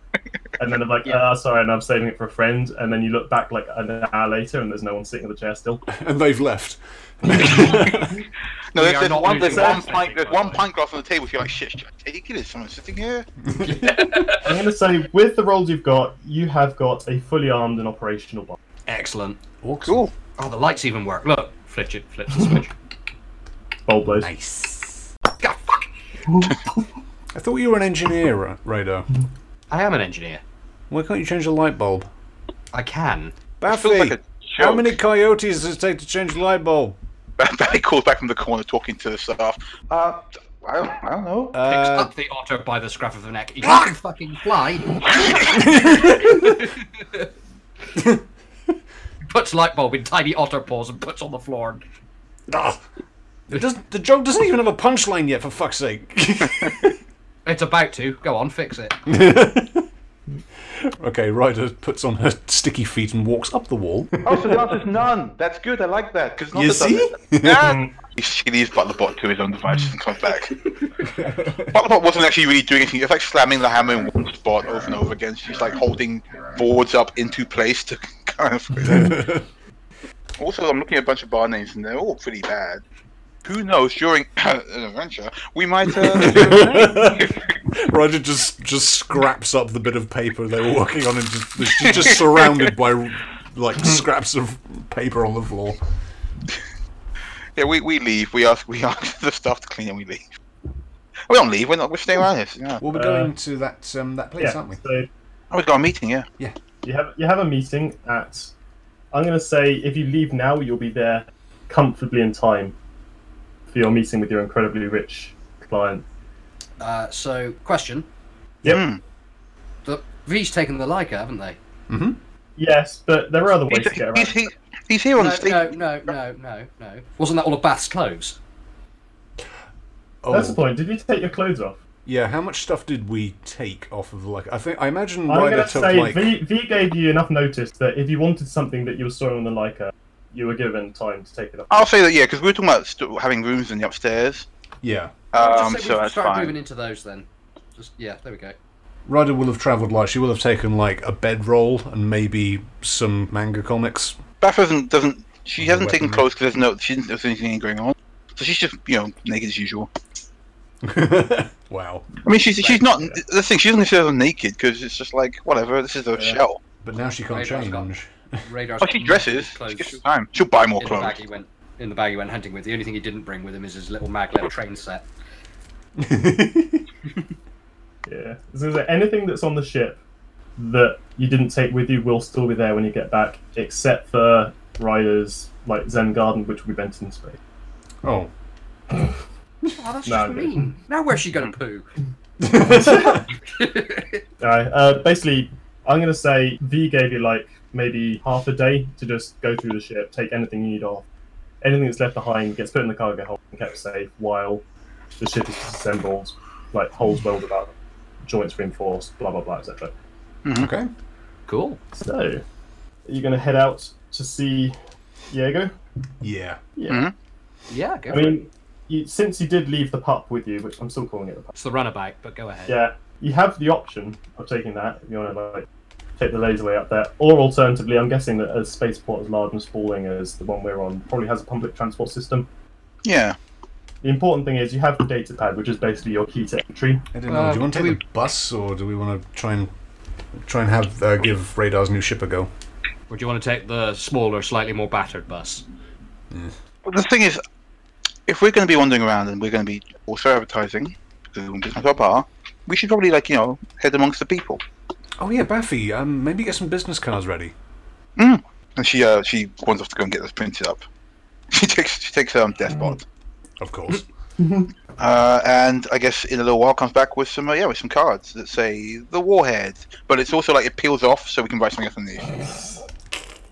S5: And then they're like,
S6: Yeah.
S5: "Ah, sorry, and I'm saving it for a friend." And then you look back like an hour later, and there's no one sitting in the chair still.
S1: And they've left.
S4: no,
S3: We
S4: there's,
S3: are
S4: there's
S3: not
S4: one, there's
S3: losing
S4: one
S3: that,
S4: pint, there's
S3: by the
S4: one
S3: way.
S4: pint glass on the table. If you're like, "Shit, shit, take it, kid, is someone sitting here?"
S5: I'm going to say, with the roles you've got, you have got a fully armed and operational bar.
S3: Excellent.
S4: Cool.
S3: Oh, the lights even work. Look, flick it, flip the switch.
S5: Bold blows.
S3: God, fuck.
S1: I thought you were an engineer, Ra- radar.
S3: I am an engineer.
S1: Why can't you change a light bulb?
S3: I can.
S4: Feels like
S1: Baffy,
S4: a
S1: how
S4: joke.
S1: many coyotes does it take to change a light bulb?
S4: Barry calls back from the corner, talking to the staff. Uh, I don't, I don't know.
S3: Picks
S1: Uh,
S3: up the otter by the scruff of the neck. You can fucking fly. puts light bulb in tiny otter paws and puts on the floor.
S1: ah. it doesn't, the joke doesn't even have a punchline yet, for fuck's sake.
S3: It's about to. Go on, fix it.
S1: okay, Ryder puts on her sticky feet and walks up the wall.
S4: oh, so the answer's none. That's good. I like that. Cause
S1: You see?
S4: He leaves Butlerbot to his own devices and comes back. Butlerbot wasn't actually really doing anything. It was like slamming the hammer in one spot over and over again. She's like holding boards up into place to kind of. also, I'm looking at a bunch of bar names and they're all pretty bad. Who knows? During an adventure, we might. Uh,
S1: Roger just just scraps up the bit of paper they were working on, and just, she's just surrounded by like scraps of paper on the floor.
S4: yeah, we, we leave. We ask we ask the staff to clean and we leave. We don't leave. We're not. We're staying around here. Yeah.
S1: Well, we're
S5: Uh,
S1: going to that um, that place,
S5: Yeah,
S1: aren't we?
S5: so
S4: Oh, we got a meeting. Yeah.
S5: You have you have a meeting at. I'm going to say if you leave now, you'll be there comfortably in time for your meeting with your incredibly rich client.
S3: Uh, so, question.
S5: Yep.
S4: Hmm.
S3: The V's taken the Leica, haven't they?
S5: Yes, but there are other ways
S4: He's,
S5: to get around.
S4: he's, he- he's here on
S3: No,
S4: the stage.
S3: no, no, no, no, no. Wasn't that all of Bath's clothes?
S1: Oh,
S5: That's the point. Did you take your clothes off?
S1: yeah. How much stuff did we take off of like? I think I imagine
S5: I'm going
S1: Ryder
S5: to
S1: took
S5: say
S1: like
S5: v, v gave you enough notice that if you wanted something that you were storing on the Leica, you were given time to take it off.
S4: I'll say that, yeah, because we were talking about st- having rooms in the upstairs.
S1: yeah.
S4: Um,
S3: Just say
S4: so
S3: we
S4: that's
S3: start
S4: fine.
S3: moving into those then. Just yeah, there we go.
S1: Ryder will have travelled like she will have taken like a bedroll and maybe some manga comics.
S4: Beth hasn't doesn't she hasn't taken
S1: Weapon.
S4: clothes because there's no she didn't there's anything going on. So she's just you know naked as usual.
S1: wow.
S4: I mean she's she's not the thing she doesn't consider herself naked because it's just like whatever this is a shell.
S1: But now she can't
S3: Radar's gone.
S1: change.
S3: Radar's
S4: Oh
S3: got
S4: she
S3: most
S4: dresses.
S3: of his
S4: She gives her
S3: clothes
S4: time. She'll buy more
S3: in the bag
S4: clothes.
S3: he went in the bag he went hunting with. The only thing he didn't bring with him is his little maglev train set.
S5: Yeah. So is there anything that's on the ship that you didn't take with you will still be there when you get back, except for Ryder's like Zen Garden, which will be bent in space.
S1: Oh.
S3: Oh, that's
S5: No,
S3: just
S5: I'm good.
S3: mean. Now where's she gonna poo?
S1: Oh.
S5: Alright, uh, basically, I'm going to say V gave you like maybe half a day to just go through the ship, take anything you need off. Anything that's left behind gets put in the cargo hold and kept safe while the ship is disassembled, like holes welded up, joints reinforced, blah blah blah, etc.
S1: Okay.
S3: cool.
S5: So, are you going to head out to see Diego?
S1: Yeah.
S3: Yeah, go
S5: I
S3: for it.
S5: mean, you, since you did leave the pup with you, which I'm still calling it the pup.
S3: It's the runabout, but go ahead.
S5: Yeah, you have the option of taking that if you want to like take the laser way up there. Or alternatively, I'm guessing that a spaceport as large and sprawling as the one we're on probably has a public transport system.
S4: Yeah.
S5: The important thing is you have the data pad, which is basically your key to entry.
S1: I don't know. do you want to
S3: Um,
S1: take
S3: do
S1: the bus, or do we want to try and try and have uh, give Radar's new ship a go?
S3: Or do you want to take the smaller, slightly more battered bus?
S4: Well, the thing is, if we're going to be wandering around and we're going to be also advertising, uh, because we're business our bar, we should probably like you know head amongst the people.
S1: Oh yeah, Baffy. Um, maybe get some business cards ready.
S4: And she uh, she wants us to go and get this printed up. She takes she takes um Deathbot.
S1: Of course.
S4: Uh, and I guess in a little while comes back with some uh, yeah with some cards that say the warhead, but it's also like it peels off so we can write something else on the issue.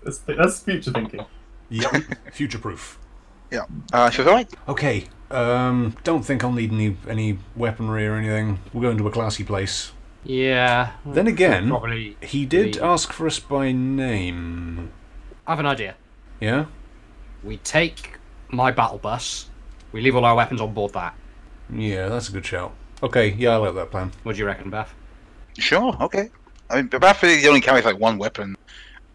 S5: That's, that's future thinking.
S1: yep. Future proof.
S4: Uh, she goes, all right,
S1: Okay. Um, don't think I'll need any any weaponry or anything. We'll go into a classy place.
S3: Yeah.
S1: Then again,
S3: Hmm. Probably.
S1: he did
S3: the-
S1: ask for us by name.
S3: I have an idea.
S1: Yeah.
S3: We take my battle bus. We leave all our weapons on board that.
S1: Yeah, that's a good shout. Okay. Yeah, I like that plan.
S3: What do you reckon, Beth?
S4: sure, okay. I mean, Baffy only carries like one weapon,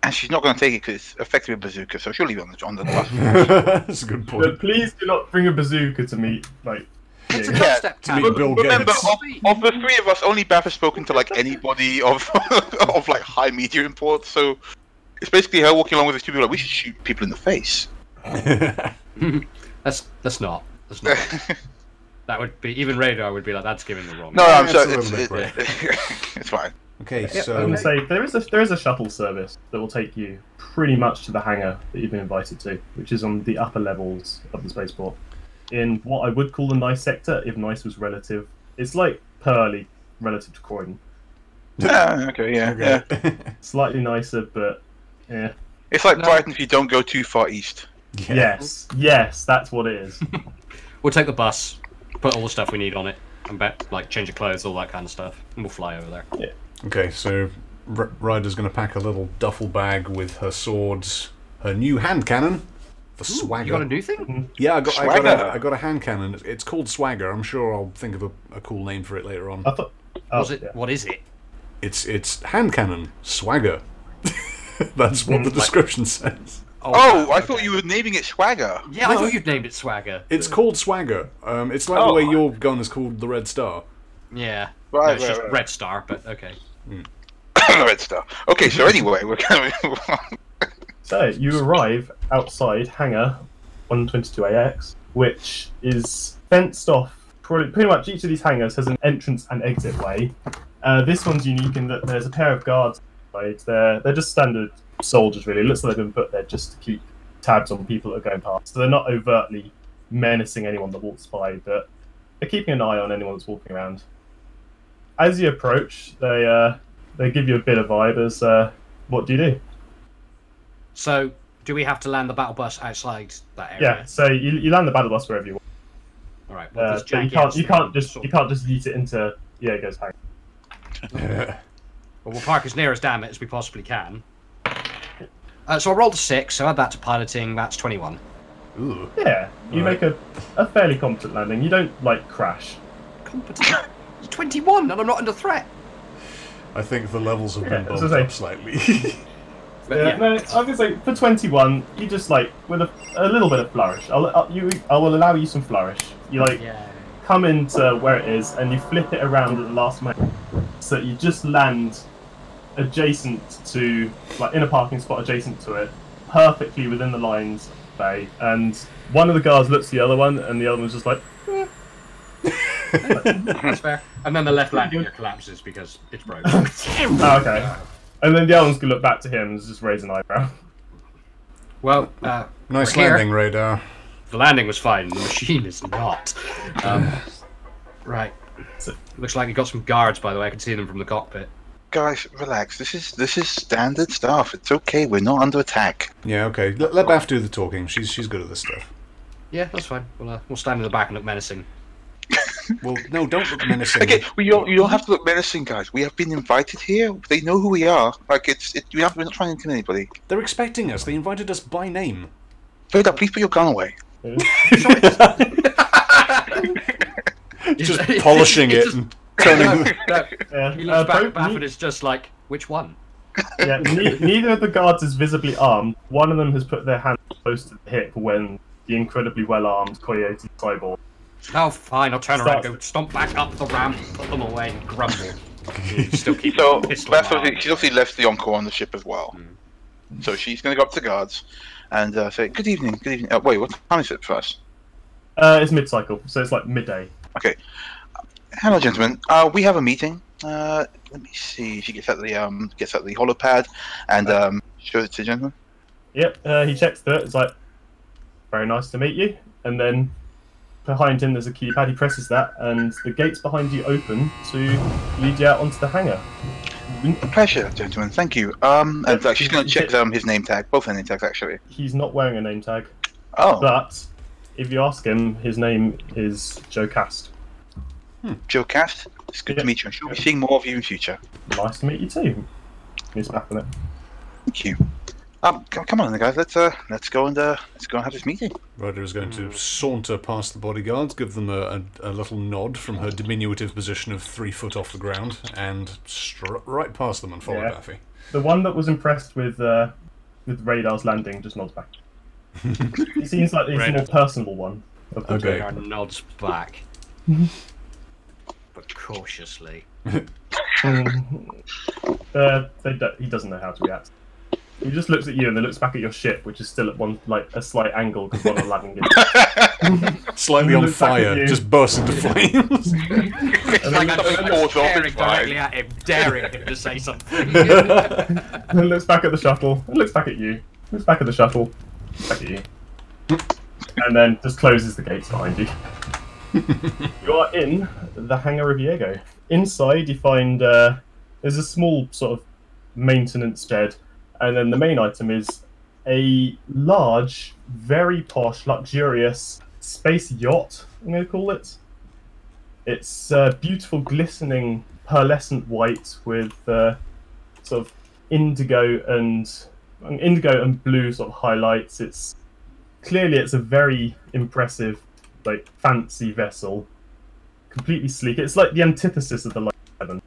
S4: and she's not going to take it because it's effectively a bazooka, so she'll leave it on the on the bus.
S1: that's a good
S5: But
S1: point.
S5: please do not bring a bazooka to meet like
S3: It's a
S5: you.
S3: dubstep
S1: To meet
S3: tab.
S1: Bill
S4: Remember,
S1: Gates.
S4: of, of the three of us, only Bath has spoken to like anybody of of like high media import. So it's basically her walking along with these two people. Like we should shoot people in the face.
S3: That's that's not. That's
S4: no,
S3: not. that would be even radar would be like that's giving the wrong.
S4: I'm sorry.
S1: it's
S4: It's,
S1: a little bit
S4: it- it's fine.
S1: okay.
S5: I
S1: So
S5: would say there is a there is a shuttle service that will take you pretty much to the hangar that you've been invited to, which is on the upper levels of the spaceport, in what I would call the nice sector, if nice was relative. It's like Pearly relative to Croydon,
S4: Yeah, Ah, okay, yeah, yeah.
S1: okay.
S5: slightly nicer, but eh, yeah.
S4: It's like
S3: No.
S4: Brighton if you don't go too far east.
S5: Yes, yes, that's what it is.
S3: We'll take the bus, put all the stuff we need on it, and bet like change of clothes, all that kind of stuff, and we'll fly over there.
S1: Okay, so R- Ryder's going to pack a little duffel bag with her swords, her new hand cannon, the swagger.
S3: You got a new thing?
S1: yeah, I got, I, got
S4: Swagger.
S1: a, I got a hand cannon. It's- It's called swagger. I'm sure I'll think of a, a cool name for it later on.
S3: Uh.
S5: I thought. Oh,
S3: Was it?
S5: yeah.
S3: What is it?
S1: It's it's hand cannon swagger. That's
S3: Mm,
S1: what the description says.
S4: Oh, I thought you were naming it Swagger.
S3: Yeah, I thought you'd named it Swagger.
S1: It's called swagger. Um, it's like the
S4: Oh.
S1: way your gun is called the Red Star.
S3: Yeah.
S4: Right,
S3: no, it's
S4: right,
S3: just
S4: right.
S3: Red Star, but okay.
S4: Red Star. Okay, so anyway, we're going.
S5: So you arrive outside hangar 122AX, which is fenced off. Probably, pretty much each of these hangars has an entrance and exit way. Uh, this one's unique in that there's a pair of guards. Right? They're they're just standard soldiers, really. It looks like they've been put there just to keep tabs on people that are going past. So they're not overtly menacing anyone that walks by, but they're keeping an eye on anyone that's walking around. As you approach, they uh, they give you a bit of vibe as uh, what do you do?
S3: So, do we have to land the battle bus outside that
S5: Yeah,
S3: area?
S5: so you, you land the battle bus wherever you want.
S3: All right. Well,
S5: Uh,
S3: does
S5: but you
S3: Jackie
S5: can't you
S3: actually
S5: can't just
S3: sort
S5: you
S3: of-
S5: can't just eat it into yeah it goes hang.
S3: Oh. Well, we'll park as near as damn it as we possibly can. Uh, so I rolled a six, so add that to piloting. That's twenty-one.
S1: Ooh.
S5: Yeah, you
S1: Alright.
S5: make a, a fairly competent landing. You don't like crash.
S3: Competent. It's twenty-one, and I'm not under threat.
S1: I think the levels have
S5: Yeah,
S1: been
S5: I was
S1: bumped
S5: gonna
S1: up slightly.
S3: But
S5: yeah,
S3: yeah,
S5: no, I was gonna say for twenty one, you just like with a, a little bit of flourish. I'll, I'll you I will allow you some flourish. You like
S3: yeah.
S5: come into where it is and you flip it around at the last moment, so that you just land adjacent to like in a parking spot adjacent to it, perfectly within the lines of the bay. And one of the guards looks at the other one, and the other one's just like.
S3: That's fair. And then the left landing gear collapses because it's broken.
S5: Oh, okay. And then the other one's gonna look back to him and just raise an eyebrow.
S3: well, uh,
S1: nice
S3: We're here.
S1: landing, radar.
S3: the landing was fine. The machine is not. Um, right. Looks like you got some guards, by the way. I can see them from the cockpit.
S4: Guys, relax. This is this is standard stuff. It's okay. We're not under attack.
S1: Yeah, okay. Let, let Baff do the talking. She's she's good at this stuff.
S3: Yeah, that's fine. We'll, uh, we'll stand in the back and look menacing.
S1: Well, no, don't look menacing.
S4: Okay, we don't, you don't have to look menacing, guys. We have been invited here. They know who we are. Like it's it, we have, we're not trying to intimidate anybody.
S1: They're expecting us. They invited us by name.
S4: Veda, please put your gun away.
S1: Just polishing
S3: It's
S1: it
S3: just-
S1: and turning.
S3: No,
S5: Yeah.
S3: he looks
S5: uh,
S3: back
S5: Bo-
S3: at Baff
S5: you-
S3: and it's just like, which one?
S5: Yeah, ne- neither of the guards is visibly armed. One of them has put their hand close to the hip when the incredibly well-armed Coyote Cyborg.
S3: Oh, fine. I'll turn around,
S5: Stop.
S3: go stomp back up the ramp, put them away, and grumble. Still keep
S4: So
S3: the pistol
S4: that's
S3: in my
S4: obviously,
S3: hand.
S4: she's obviously left the Encore on the ship as well. So she's going to go up to the guards and uh, say, "Good evening, good evening." Uh, wait, what time is it for us?
S5: Uh, it's mid-cycle, so it's like midday.
S4: Hello, gentlemen. Uh, we have a meeting. Uh, let me see. She gets out the um, gets out the holopad and um, shows it to the gentleman.
S5: Yep, uh, he checks through it. It's like, very nice to meet you. And then behind him, there's a keypad. He presses that, and the gates behind you open to lead you out onto the hangar.
S4: A pleasure, gentlemen. Thank you. Um, and uh, she's going to check um, his name tag, both her name tags actually.
S5: He's not wearing a name tag,
S4: Oh,
S5: but if you ask him, his name is Joe Cast.
S4: Joe Cast. It's good
S5: Yeah.
S4: to meet you. I'm sure we'll be seeing more of you in future.
S5: Nice to meet you too. He's back on it.
S4: Thank you. Um, c- come on, then, guys. Let's uh, let's go and uh, let's go and have this meeting.
S1: Ryder is going to saunter past the bodyguards, give them a, a, a little nod from her diminutive position of three foot off the ground, and strut right past them and follow
S5: Yeah.
S1: Daffy.
S5: The one that was impressed with uh, with Radar's landing just nods back. he seems like he's the more personable one. Of the
S1: Okay.
S5: two.
S3: Aaron nods back, but cautiously.
S5: Uh, they do- he doesn't know how to react. He just looks at you and then looks back at your ship, which is still at one like a slight angle because one landing is.
S1: Slightly
S5: You
S1: on
S5: look back at
S1: fire,
S5: you.
S1: just bursts into flames.
S3: It's like I'm
S4: Something
S3: just
S4: falls off,
S3: staring
S4: it's fine.
S3: directly at him, daring him to say something.
S5: and looks back at the shuttle. And looks back at you. Looks back at the shuttle. Back at you. And then just closes the gates behind you. you are in the hangar of Diego. Inside, you find uh, there's a small sort of maintenance shed, and then the main item is a large, very posh, luxurious space yacht. I'm going to call it. It's uh, beautiful, glistening, pearlescent white with uh, sort of indigo and and indigo and blue sort of highlights. It's clearly it's a very impressive, like fancy vessel, completely sleek. It's like the antithesis of the Light Seven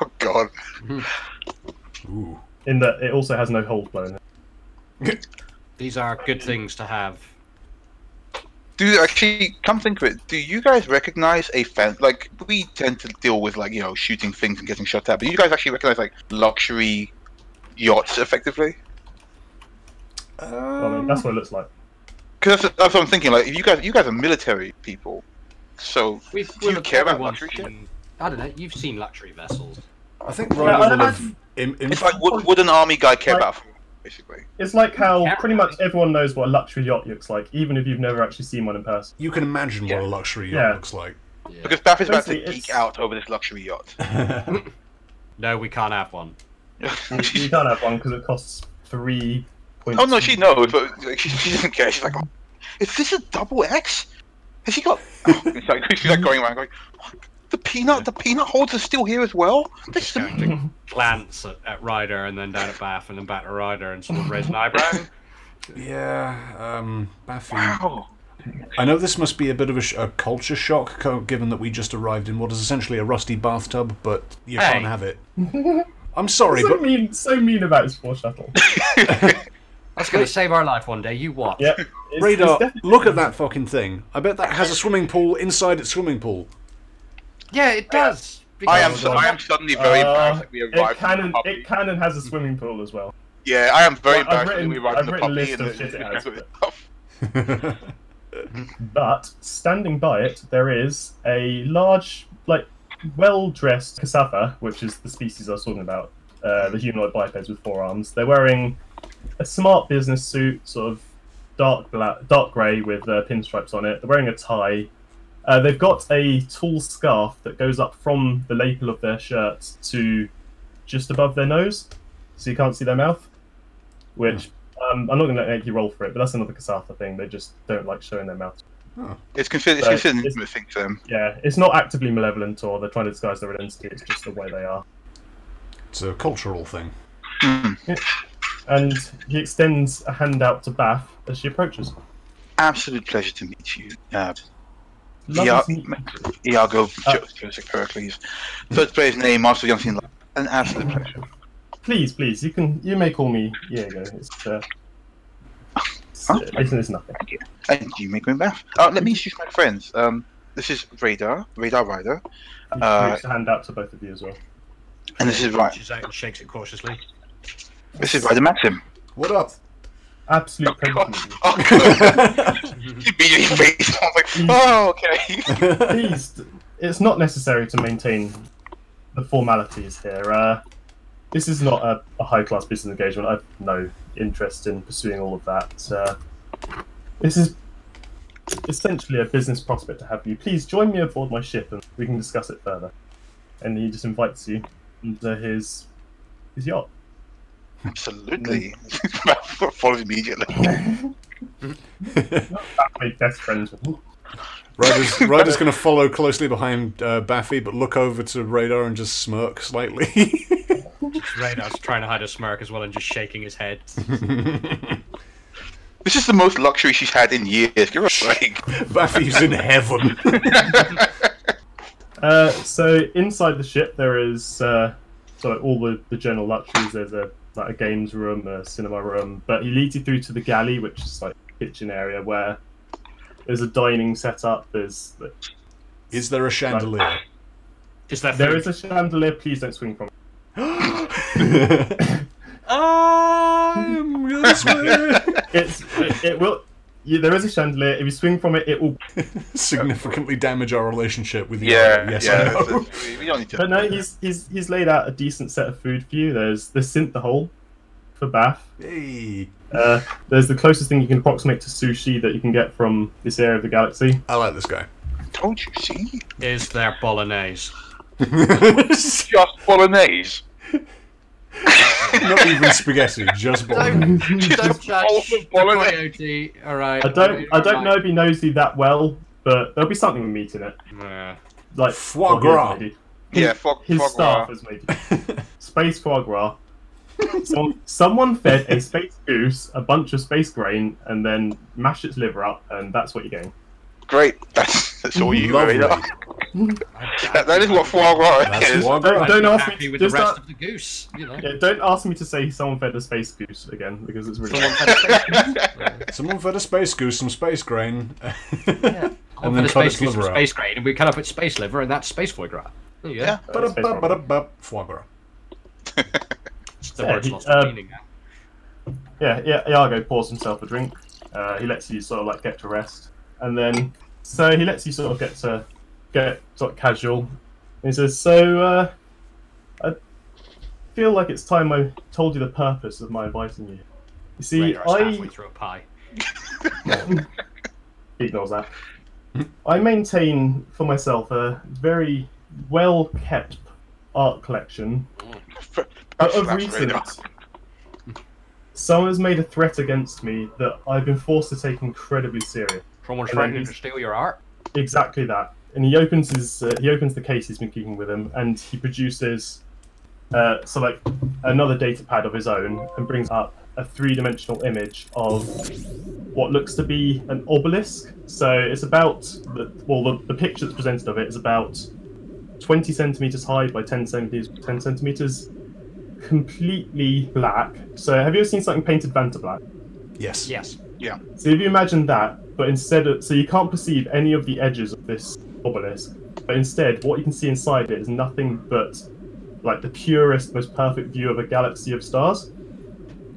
S4: Oh God.
S1: Ooh.
S5: in that it also has no hold blown.
S3: These are good things to have.
S4: Do actually come think of it? Do you guys recognize a fan? Like we tend to deal with like you know shooting things and getting shot at, but you guys actually recognize like luxury yachts effectively?
S5: I mean, that's what it looks like.
S4: Because that's, that's what I'm thinking. Like if you guys, you guys are military people, so
S3: We've,
S4: Do you
S3: we've-
S4: care about
S3: everyone's
S4: luxury shit?
S3: seen- I don't know. You've seen luxury vessels.
S1: I think Ryder
S5: I'd
S1: will have.
S5: imagine-
S1: Im- im-
S4: it's like would, would an army guy care
S5: Like-
S4: about food, basically?
S5: It's like how
S3: Yeah.
S5: pretty much everyone knows what a luxury yacht looks like, even if you've never actually seen one in person.
S1: you can imagine what a luxury yacht
S5: Yeah.
S1: looks like.
S4: Because Baff is about to
S5: Basically,
S4: geek
S5: it's-
S4: out over this luxury yacht.
S3: No, we can't have one.
S5: You can't have one because it costs three points.
S4: oh no, she knows, but like, she, she doesn't care. She's like, oh, is this a double X? Has she got? Oh, it's like, she's like going around going. The peanut, the peanut holders are still here as well. This is
S3: Going to glance at, at Ryder and then down at Bath and then back to Ryder and sort of raise an eyebrow.
S1: Yeah, um, Baffy.
S4: wow.
S1: I know this must be a bit of a, sh- a culture shock, co- given that we just arrived in what is essentially a rusty bathtub, but you
S3: Hey.
S1: can't have it. I'm sorry,
S5: So
S1: but
S5: mean, so mean about his four shuttle.
S3: That's going to save our life one day. You watch.
S5: Yep. It's- it's
S1: Radar,
S5: definitely-
S1: look at that fucking thing. I bet that has a swimming pool inside its swimming pool.
S3: Yeah, it does.
S4: I am,
S3: because-
S4: so, I am suddenly very
S5: Uh,
S4: embarrassed that we
S5: It
S4: arrived in the
S5: cannon,
S4: puppy.
S5: it cannon has a swimming pool as well.
S4: yeah, I am very
S5: Well, I've
S4: embarrassed that
S5: written-
S4: we arrived in
S5: I've
S4: the
S5: written a
S4: puppy.
S5: list
S4: and
S5: of shit it has,
S4: the-
S5: But standing by it, there is a large, like, well-dressed cassava, which is the species I was talking about, uh, the humanoid bipeds with four arms. They're wearing a smart business suit, sort of dark black, dark grey with uh, pinstripes on it. They're wearing a tie. Uh, they've got a tall scarf that goes up from the lapel of their shirt to just above their nose, so you can't see their mouth. Which um, I'm not going to make you roll for it, but that's another cassava thing. They just don't like showing their mouth.
S4: It's considered, it's
S5: So,
S4: considered an
S5: it's-
S4: intimate thing to them.
S5: Yeah, it's not actively malevolent or they're trying to disguise their identity. It's just the way they are.
S1: It's a cultural thing.
S5: And he extends a hand out to Bath as she approaches.
S4: Absolute pleasure to meet you. Uh,
S5: Lovely
S4: Yeah.
S5: to meet you.
S4: Iago
S5: Uh,
S4: Joseph Pericles. First player's name, Master Young An absolute pleasure.
S5: please, please, you can you may call me Diego. It's uh, it's, uh, it's, it's nothing.
S4: And you make me laugh. Uh, let me introduce my friends. Um, this is Radar, Radar Rider,
S5: You
S4: Uh,
S5: can reach the hand out to both of you as well.
S4: and this is right.
S3: Reaches out and shakes it cautiously.
S4: This is Rider Maxim.
S1: What up?
S5: Absolute
S4: God.
S5: prejudice.
S4: Oh, good. He immediately faced. I was like, oh, okay.
S5: Please, d- it's not necessary to maintain the formalities here. Uh, this is not a, a high class business engagement. I've no interest in pursuing all of that. Uh, this is essentially a business prospect to have you. Please join me aboard my ship and we can discuss it further. And he just invites you into his his yacht.
S4: Absolutely. Follows immediately.
S5: That made best friends with him.
S1: Ryder's, Ryder's going to follow closely behind uh, Baffy, but look over to Radar and just smirk slightly.
S3: Raynard's trying to hide a smirk as well and just shaking his head.
S4: This is the most luxury she's had in years. Give her a break.
S1: Baffy's in heaven.
S5: Uh, so inside the ship there is uh, so like all the, the general luxuries. There's a like a games room, a cinema room, but he leads you through to the galley, which is like kitchen area where there's a dining setup. There's
S1: Is there a chandelier?
S3: Is that
S5: there is a chandelier. Please don't swing from. it.
S1: I'm this way.
S5: It's it, it will. Yeah, there is a chandelier. If you swing from it, it will.
S1: Significantly damage our relationship with you.
S4: Yeah,
S1: yes,
S4: yeah.
S1: I know.
S4: it's- we- We don't need to.
S5: But no, he's he's he's laid out a decent set of food for you. There's the synth the hole for Bath.
S1: Hey,
S5: Uh, there's the closest thing you can approximate to sushi that you can get from this area of the galaxy.
S1: I like this guy.
S4: Told you, see?
S3: Is there bolognese?
S4: Just bolognese.
S1: Not even spaghetti, just bolognese.
S6: Don't, don't judge the coyote. All right.
S5: I don't I don't know if he knows you that well, but there'll be something with meat in it.
S3: Nah.
S5: Like
S1: Foie
S5: what he has
S1: gras.
S5: made.
S4: Yeah, fuck,
S5: His
S4: fuck
S5: staff
S4: off.
S5: has made it. space foie gras. Some, someone fed a space goose a bunch of space grain and then mashed its liver up, and that's what you're getting.
S4: Great. That's, that's all you
S1: Lovely.
S4: really are. That, that is what foie gras
S1: That's
S4: is.
S1: foie
S5: Don't,
S1: gras.
S5: don't ask me.
S3: Happy with the
S5: just
S3: rest
S5: don't-
S3: of the goose, you know.
S5: yeah, don't ask me to say someone fed a space goose again because it's really.
S1: Someone fed a space goose some space grain.
S3: I'll
S1: then
S3: put a
S1: cut
S3: space
S1: its
S3: goose
S1: liver
S3: from
S1: out.
S3: space grain, and we cut up its space liver, and that's space foie gras. There you go.
S4: Yeah.
S5: Uh, space foie gras.
S1: Ba-da-ba-ba-da-ba. Foie gras.
S3: The
S5: Yeah,
S3: word's
S5: he-
S3: lost
S5: uh,
S3: meaning now.
S5: Yeah, yeah, Iago pours himself a drink. Uh, he lets you sort of like get to rest, and then so he lets you sort of get to get sort of casual. And he says, "So uh, I feel like it's time I told you the purpose of my inviting you. You see,
S3: Radar's
S5: I
S3: halfway through a pie.
S5: he ignores that. I maintain for myself a very well kept art collection But
S4: Perhaps
S5: of
S4: that's
S5: recent,
S4: radar.
S5: someone has made a threat against me that I've been forced to take incredibly serious.
S3: Someone's
S5: And then
S3: threatening to
S5: he's-
S3: steal your art.
S5: Exactly that. And he opens his uh, he opens the case he's been keeping with him, and he produces uh, so like another data pad of his own, and brings up a three dimensional image of what looks to be an obelisk. So it's about the, well the, the picture that's presented of it is about twenty centimeters high by ten centimeters ten centimeters, completely black. So have you ever seen something painted Vanta black?
S1: Yes.
S3: Yes.
S5: So if you imagine that, but instead of so you can't perceive any of the edges of this obelisk, but instead what you can see inside it is nothing but like the purest, most perfect view of a galaxy of stars.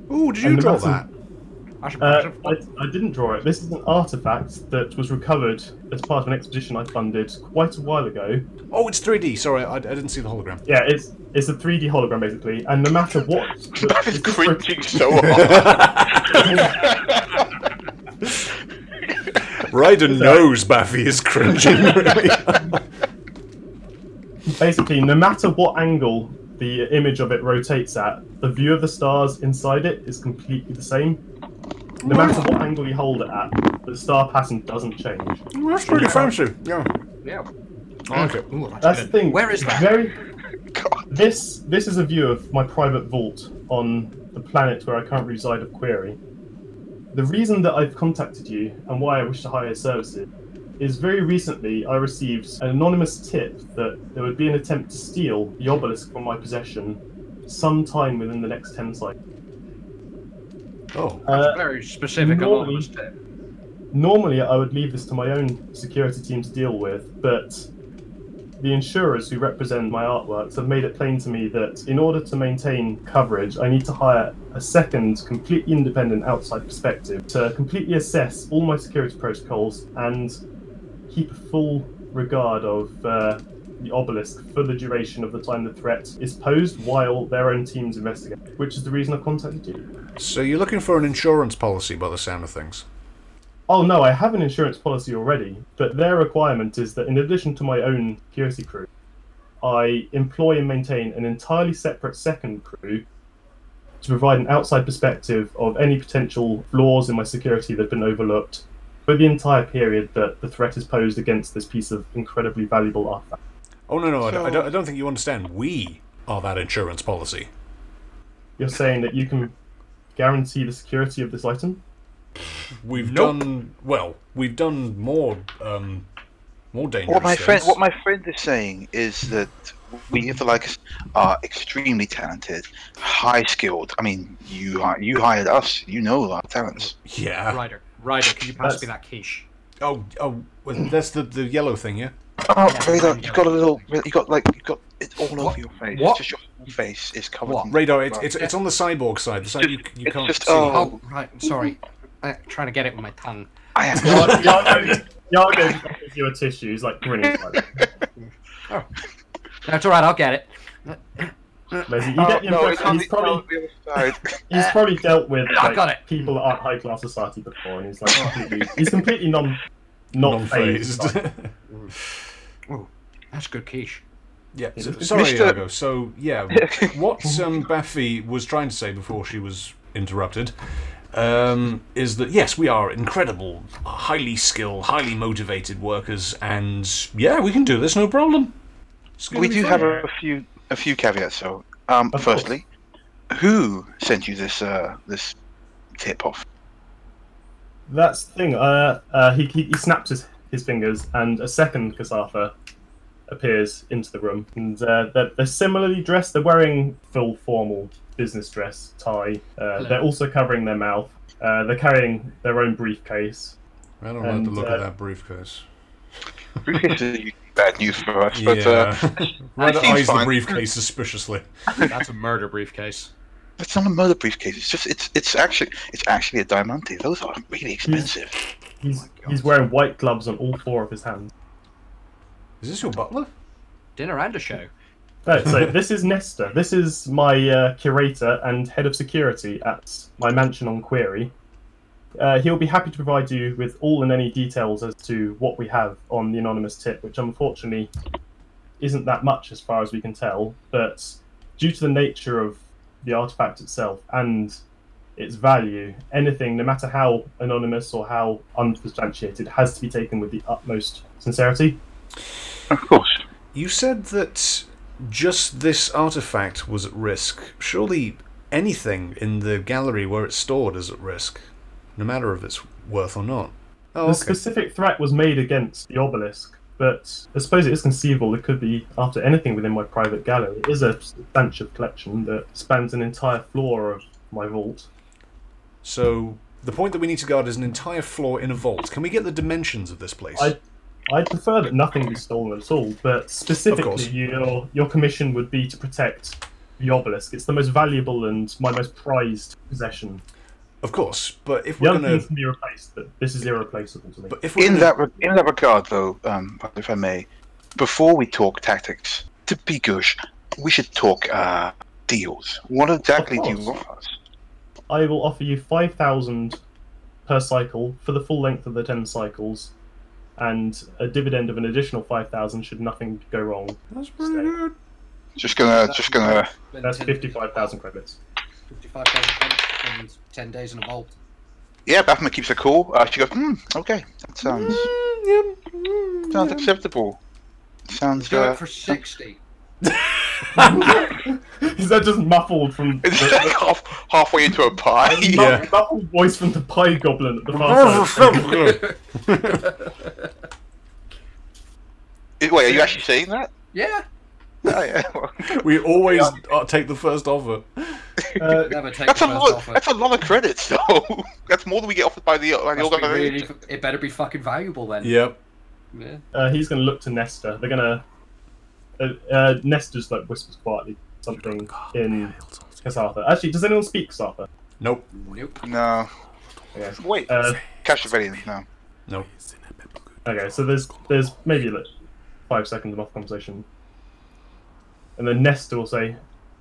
S1: Ooh, did you
S5: And the
S1: draw
S5: mountain-
S1: that?
S3: I should, I
S5: Uh,
S3: should-
S5: I, I didn't draw it. This is an artifact that was recovered as part of an expedition I funded quite a while ago.
S1: Oh, it's 3D. Sorry, I, I didn't see the hologram.
S5: Yeah, it's it's a 3D hologram basically, and no matter what,
S4: That is
S5: it's just-
S4: cringing so hard.
S1: Ryder knows Baffy is cringing. really.
S5: basically, no matter what angle the image of it rotates at, the view of the stars inside it is completely the same. No matter what angle you hold it at, the star pattern doesn't change.
S1: That's pretty fancy. Yeah.
S3: yeah.
S1: Okay.
S3: Oh, Ooh, that's
S5: That's
S3: good.
S5: the thing.
S3: Where is that?
S5: Very. This this is a view of my private vault on the planet where I currently reside of Query. The reason that I've contacted you and why I wish to hire your services is very recently I received an anonymous tip that there would be an attempt to steal the obelisk from my possession sometime within the next 10 cycles.
S1: Oh,
S5: Uh,
S3: Very specific
S5: normally-
S3: anonymous tip.
S5: normally I would leave this to my own security team to deal with, but the insurers who represent my artworks have made it plain to me that in order to maintain coverage, I need to hire a second, completely independent outside perspective to completely assess all my security protocols and keep a full regard of uh, the obelisk for the duration of the time the threat is posed while their own teams investigate, which is the reason I've contacted you.
S1: so you're looking for an insurance policy by the sound of things.
S5: Oh no, I have an insurance policy already, but their requirement is that in addition to my own security crew, I employ and maintain an entirely separate second crew to provide an outside perspective of any potential flaws in my security that have been overlooked for the entire period that the threat is posed against this piece of incredibly valuable artifact.
S1: Oh, no, no, I, d- I
S4: So-
S1: don't, I don't think you understand. We are that insurance policy.
S5: You're saying that you can guarantee the security of this item?
S1: We've
S3: Nope.
S1: done, well, we've done more, um, more dangerous
S4: What my
S1: things.
S4: friend, what my friend is saying is that we at the Lycus are extremely talented, high skilled. I mean, you hi- you hired us. You know our talents.
S1: Yeah.
S3: Ryder, Ryder, can you pass
S5: That's-
S3: me that quiche?
S1: Oh, oh, well, that's the, the yellow thing, yeah?
S4: Oh,
S3: Yeah,
S4: Radar,
S3: yeah.
S4: you've got a little. You got like you got it all
S3: What?
S4: over your face.
S3: What?
S4: Just your whole face is covered.
S3: What?
S4: in-
S1: Radar, it's,
S4: Well,
S1: it's, it's on the cyborg side, the side you, you
S4: it's
S1: can't
S4: just-
S1: see.
S4: oh.
S3: Oh, right. I'm sorry. I'm trying to get it with my tongue.
S4: I am.
S5: Yargo Yargo gives you a tissue, he's like grinning. Like that.
S3: That's all right. I'll get it.
S5: Amazing. You
S4: Oh,
S5: get the
S4: no, it's
S5: impression
S4: on
S5: he's
S4: the-
S5: probably
S4: on the other side.
S5: He's probably dealt with
S3: Uh, I
S5: like,
S3: got it.
S5: people that aren't high class society before, and he's like completely, he's completely non, not phased.
S1: non-phased.
S3: That's good quiche.
S1: yeah.
S5: Yeah.
S1: so- sorry,
S4: Mr.
S1: Iago. So yeah, what um, Baffy was trying to say before she was interrupted um, is that yes, we are incredible, highly skilled, highly motivated workers, and yeah, we can do this, no problem. It's gonna
S4: we
S1: be
S4: do
S1: fun.
S4: have a, a few a few caveats though. Um,
S5: Of course.
S4: firstly, who sent you this uh, this tip off?
S5: That's the thing. Uh, uh, he, he he snaps his, his fingers, and a second Kasatha appears into the room, and uh, they're, they're similarly dressed. They're wearing full formal business dress, tie. Uh,
S3: Hello.
S5: they're also covering their mouth. Uh, they're carrying their own briefcase.
S1: I don't like the
S5: and,
S1: look
S5: uh,
S1: of that briefcase.
S4: Briefcase is usually bad news for us, but uh,
S1: yeah, Rather
S4: seems
S1: eyes the
S4: fine.
S1: briefcase suspiciously.
S3: That's a murder briefcase.
S4: it's not a murder briefcase. It's just it's it's actually it's actually a diamante. Those are really expensive.
S5: He's
S3: God.
S5: he's wearing white gloves on all four of his hands.
S1: Is this your butler?
S3: Dinner and a show.
S5: No, Uh, so this is Nesta. This is my uh, curator and head of security at my mansion on Query. Uh, he'll be happy to provide you with all and any details as to what we have on the anonymous tip, which unfortunately isn't that much as far as we can tell. But due to the nature of the artifact itself and its value, anything, no matter how anonymous or how unsubstantiated, has to be taken with the utmost sincerity.
S4: Of course.
S1: You said that just this artifact was at risk. Surely anything in the gallery where it's stored is at risk, no matter if it's worth or not. Oh,
S5: The
S1: okay.
S5: specific threat was made against the obelisk, but I suppose it is conceivable it could be after anything within my private gallery. It is a substantial collection that spans an entire floor of my vault.
S1: So the point that we need to guard is an entire floor in a vault. Can we get the dimensions of this place?
S5: I- I'd prefer that nothing be stolen at all, but specifically,
S1: course.
S5: your your commission would be to protect the obelisk. It's the most valuable and my most prized possession.
S1: Of course, but if
S5: The
S1: we're
S5: other
S1: gonna,
S5: things can be replaced, but this is irreplaceable to me.
S1: but if we're
S4: In
S1: gonna,
S4: that re- in that regard, though, um, if I may, before we talk tactics, to be gush, we should talk uh, deals. What exactly do you
S5: course.
S4: offer us?
S5: I will offer you 5,000 per cycle for the full length of the 10 cycles, and a dividend of an additional 5,000 should nothing go wrong.
S1: that's pretty good.
S4: Just gonna just gonna
S5: That's 55,000 credits.
S3: 55,000 10 days in a vault.
S4: yeah. Baphomet keeps her cool. Uh, she goes, hmm, okay, that sounds.
S1: Mm, yep, mm,
S4: Sounds
S1: yep.
S4: acceptable. Sounds
S3: Do
S4: uh,
S3: it for 60.
S5: Is that just muffled from
S4: it's
S5: the
S4: like half, halfway into a pie.
S5: mu-
S1: Yeah.
S5: muffled voice from the pie goblin at the far side?
S4: Wait, are you actually saying that?
S6: Yeah.
S4: Oh, yeah, well,
S1: We always uh, take the first offer.
S5: Uh,
S3: Never take
S4: that's
S3: the
S4: a
S3: first
S4: lot.
S3: offer.
S4: That's a lot of credits, though. that's more than we get offered by the by the
S3: Must be
S4: organization.
S3: really, it better be fucking valuable then.
S1: Yep.
S3: Yeah.
S5: uh, he's going to look to Nesta. They're going to. Uh, uh, Nesta's like whispers quietly
S1: Oh,
S5: something in Casartha. Actually, does anyone speak Casartha?
S1: Nope.
S3: Nope.
S4: No.
S5: Yeah.
S4: Wait,
S5: Uh,
S4: Castlevania. No.
S1: Nope.
S5: Okay, so there's there's maybe like five seconds of off conversation, and then Nesta will say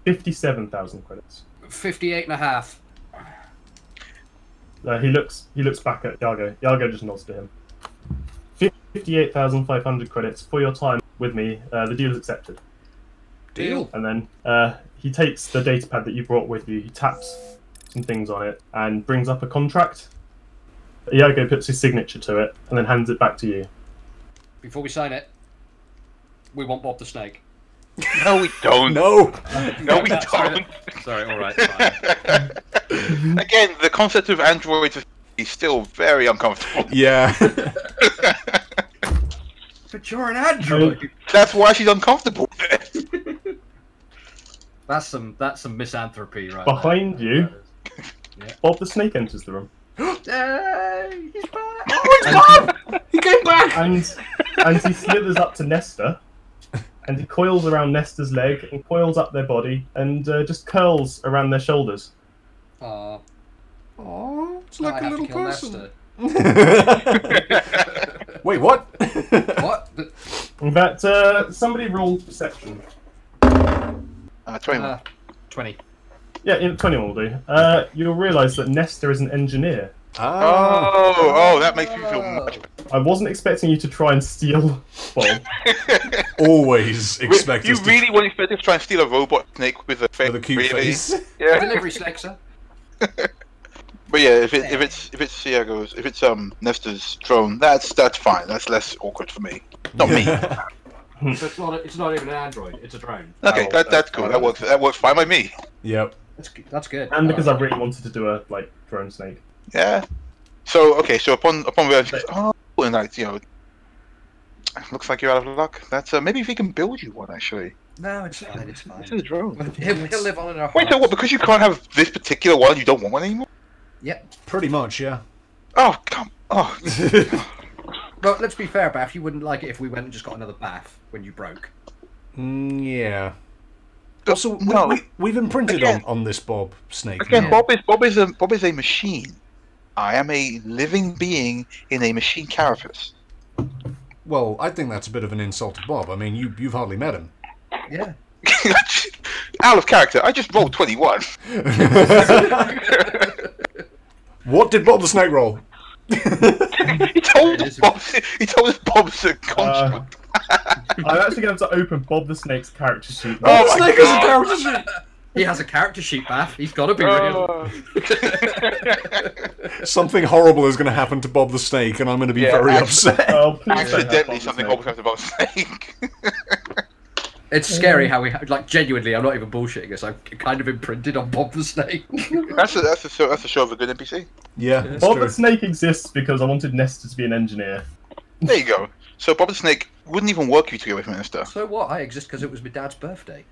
S5: fifty-seven thousand credits.
S3: 58 and a half.
S5: Uh, he looks he looks back at Yago. Yago just nods to him. Fifty-eight thousand five hundred credits for your time with me. Uh, the deal is accepted.
S3: Deal.
S5: And then uh, he takes the data pad that you brought with you. He taps some things on it and brings up a contract. Yago puts his signature to it and then hands it back to you.
S3: Before we sign it, we want Bob the Snake.
S4: No, we don't.
S1: No.
S4: No, we
S3: That's right.
S4: don't.
S3: Sorry, alright, fine.
S4: Again, the concept of androids is still very uncomfortable.
S1: Yeah.
S3: But you're an android.
S4: That's why she's uncomfortable.
S3: That's some that's some misanthropy, right?
S5: Behind
S3: there.
S5: you, Bob the Snake enters the room.
S3: Yay, he's back.
S1: he came back.
S5: and and he slithers up to Nesta, and he coils around Nesta's leg and coils up their body and uh, just curls around their shoulders.
S3: Aw,
S1: Oh, it's
S3: Uh, I
S1: like a
S3: have to
S1: little
S3: kill
S1: person.
S3: Nesta.
S1: Wait, what?
S3: What? The-
S5: In fact, uh, somebody rolled perception.
S4: Uh, 21.
S3: uh, 20.
S5: Yeah, in- twenty-one will do. Uh, you'll realise that Nesta is an engineer.
S1: Ah.
S4: oh, oh, that makes me feel
S3: Uh,
S4: much better.
S5: I wasn't expecting you to try and steal Bob.
S1: always expect
S4: you
S1: us to
S4: really want to try and steal a robot snake with a face?
S1: with a cute
S4: really?
S1: face.
S4: Yeah.
S3: Delivery snake, sir.
S4: But yeah, if, it, if it's if it's Iago's, if it's um Nesta's drone, that's that's fine. That's less awkward for me. Not me. Hmm.
S3: So it's not a, it's not even an android, it's a drone.
S4: Okay, that, Oh, that's cool. That works. That works fine by me.
S1: yep.
S3: That's, g- that's good.
S5: And because
S3: Alright.
S5: I really wanted to do a like drone snake.
S4: Yeah. So okay, so upon upon realizing, oh, and like you know, looks like you're out of luck. That's uh, maybe if we can build you one actually.
S3: No, it's fine, it's fine.
S4: This is a drone.
S3: He'll, he'll live on in our
S4: Wait, so
S3: hearts.
S4: what? Because you can't have this particular one, you don't want one anymore?
S3: Yep.
S1: Pretty much, yeah.
S4: Oh come. Oh,
S3: But let's be fair, Bath, you wouldn't like it if we went and just got another bath when you broke.
S1: Mm, yeah. Also, we,
S4: no.
S1: we, we've imprinted
S4: Again.
S1: on, on this Bob snake.
S4: Again,
S1: now.
S4: Bob is Bob is a Bob is a machine. I am a living being in a machine carapace.
S1: Well, I think that's a bit of an insult to Bob. I mean, you, you've hardly met him.
S3: Yeah.
S4: Out of character. I just rolled twenty one.
S1: What did Bob the snake roll?
S4: He told
S3: It
S4: us
S3: is-
S4: Bob's he told us Bob's a construct.
S5: Uh, I'm actually going to have to open Bob the Snake's character sheet.
S4: Oh
S1: the
S4: my
S1: snake is a character sheet.
S3: He has a character sheet, Bath. He's got to be
S4: Oh.
S3: real.
S1: Something horrible is going to happen to Bob the snake, and I'm going to be
S4: Yeah,
S1: very
S4: acc-
S1: upset.
S5: Oh, please don't have
S4: accidentally
S5: Bob the
S4: something
S5: Snake.
S4: always happens to Bob's snake.
S3: It's scary how we ha- like genuinely. I'm not even bullshitting us. I'm kind of imprinted on Bob the Snake.
S4: that's a that's a show that's a show of a good NPC.
S1: Yeah, that's
S5: Bob
S1: true.
S5: the Snake exists because I wanted Nesta to be an engineer.
S4: There you go. So Bob the Snake wouldn't even work if you took away from him and stuff.
S3: so what? I exist because it was my dad's birthday.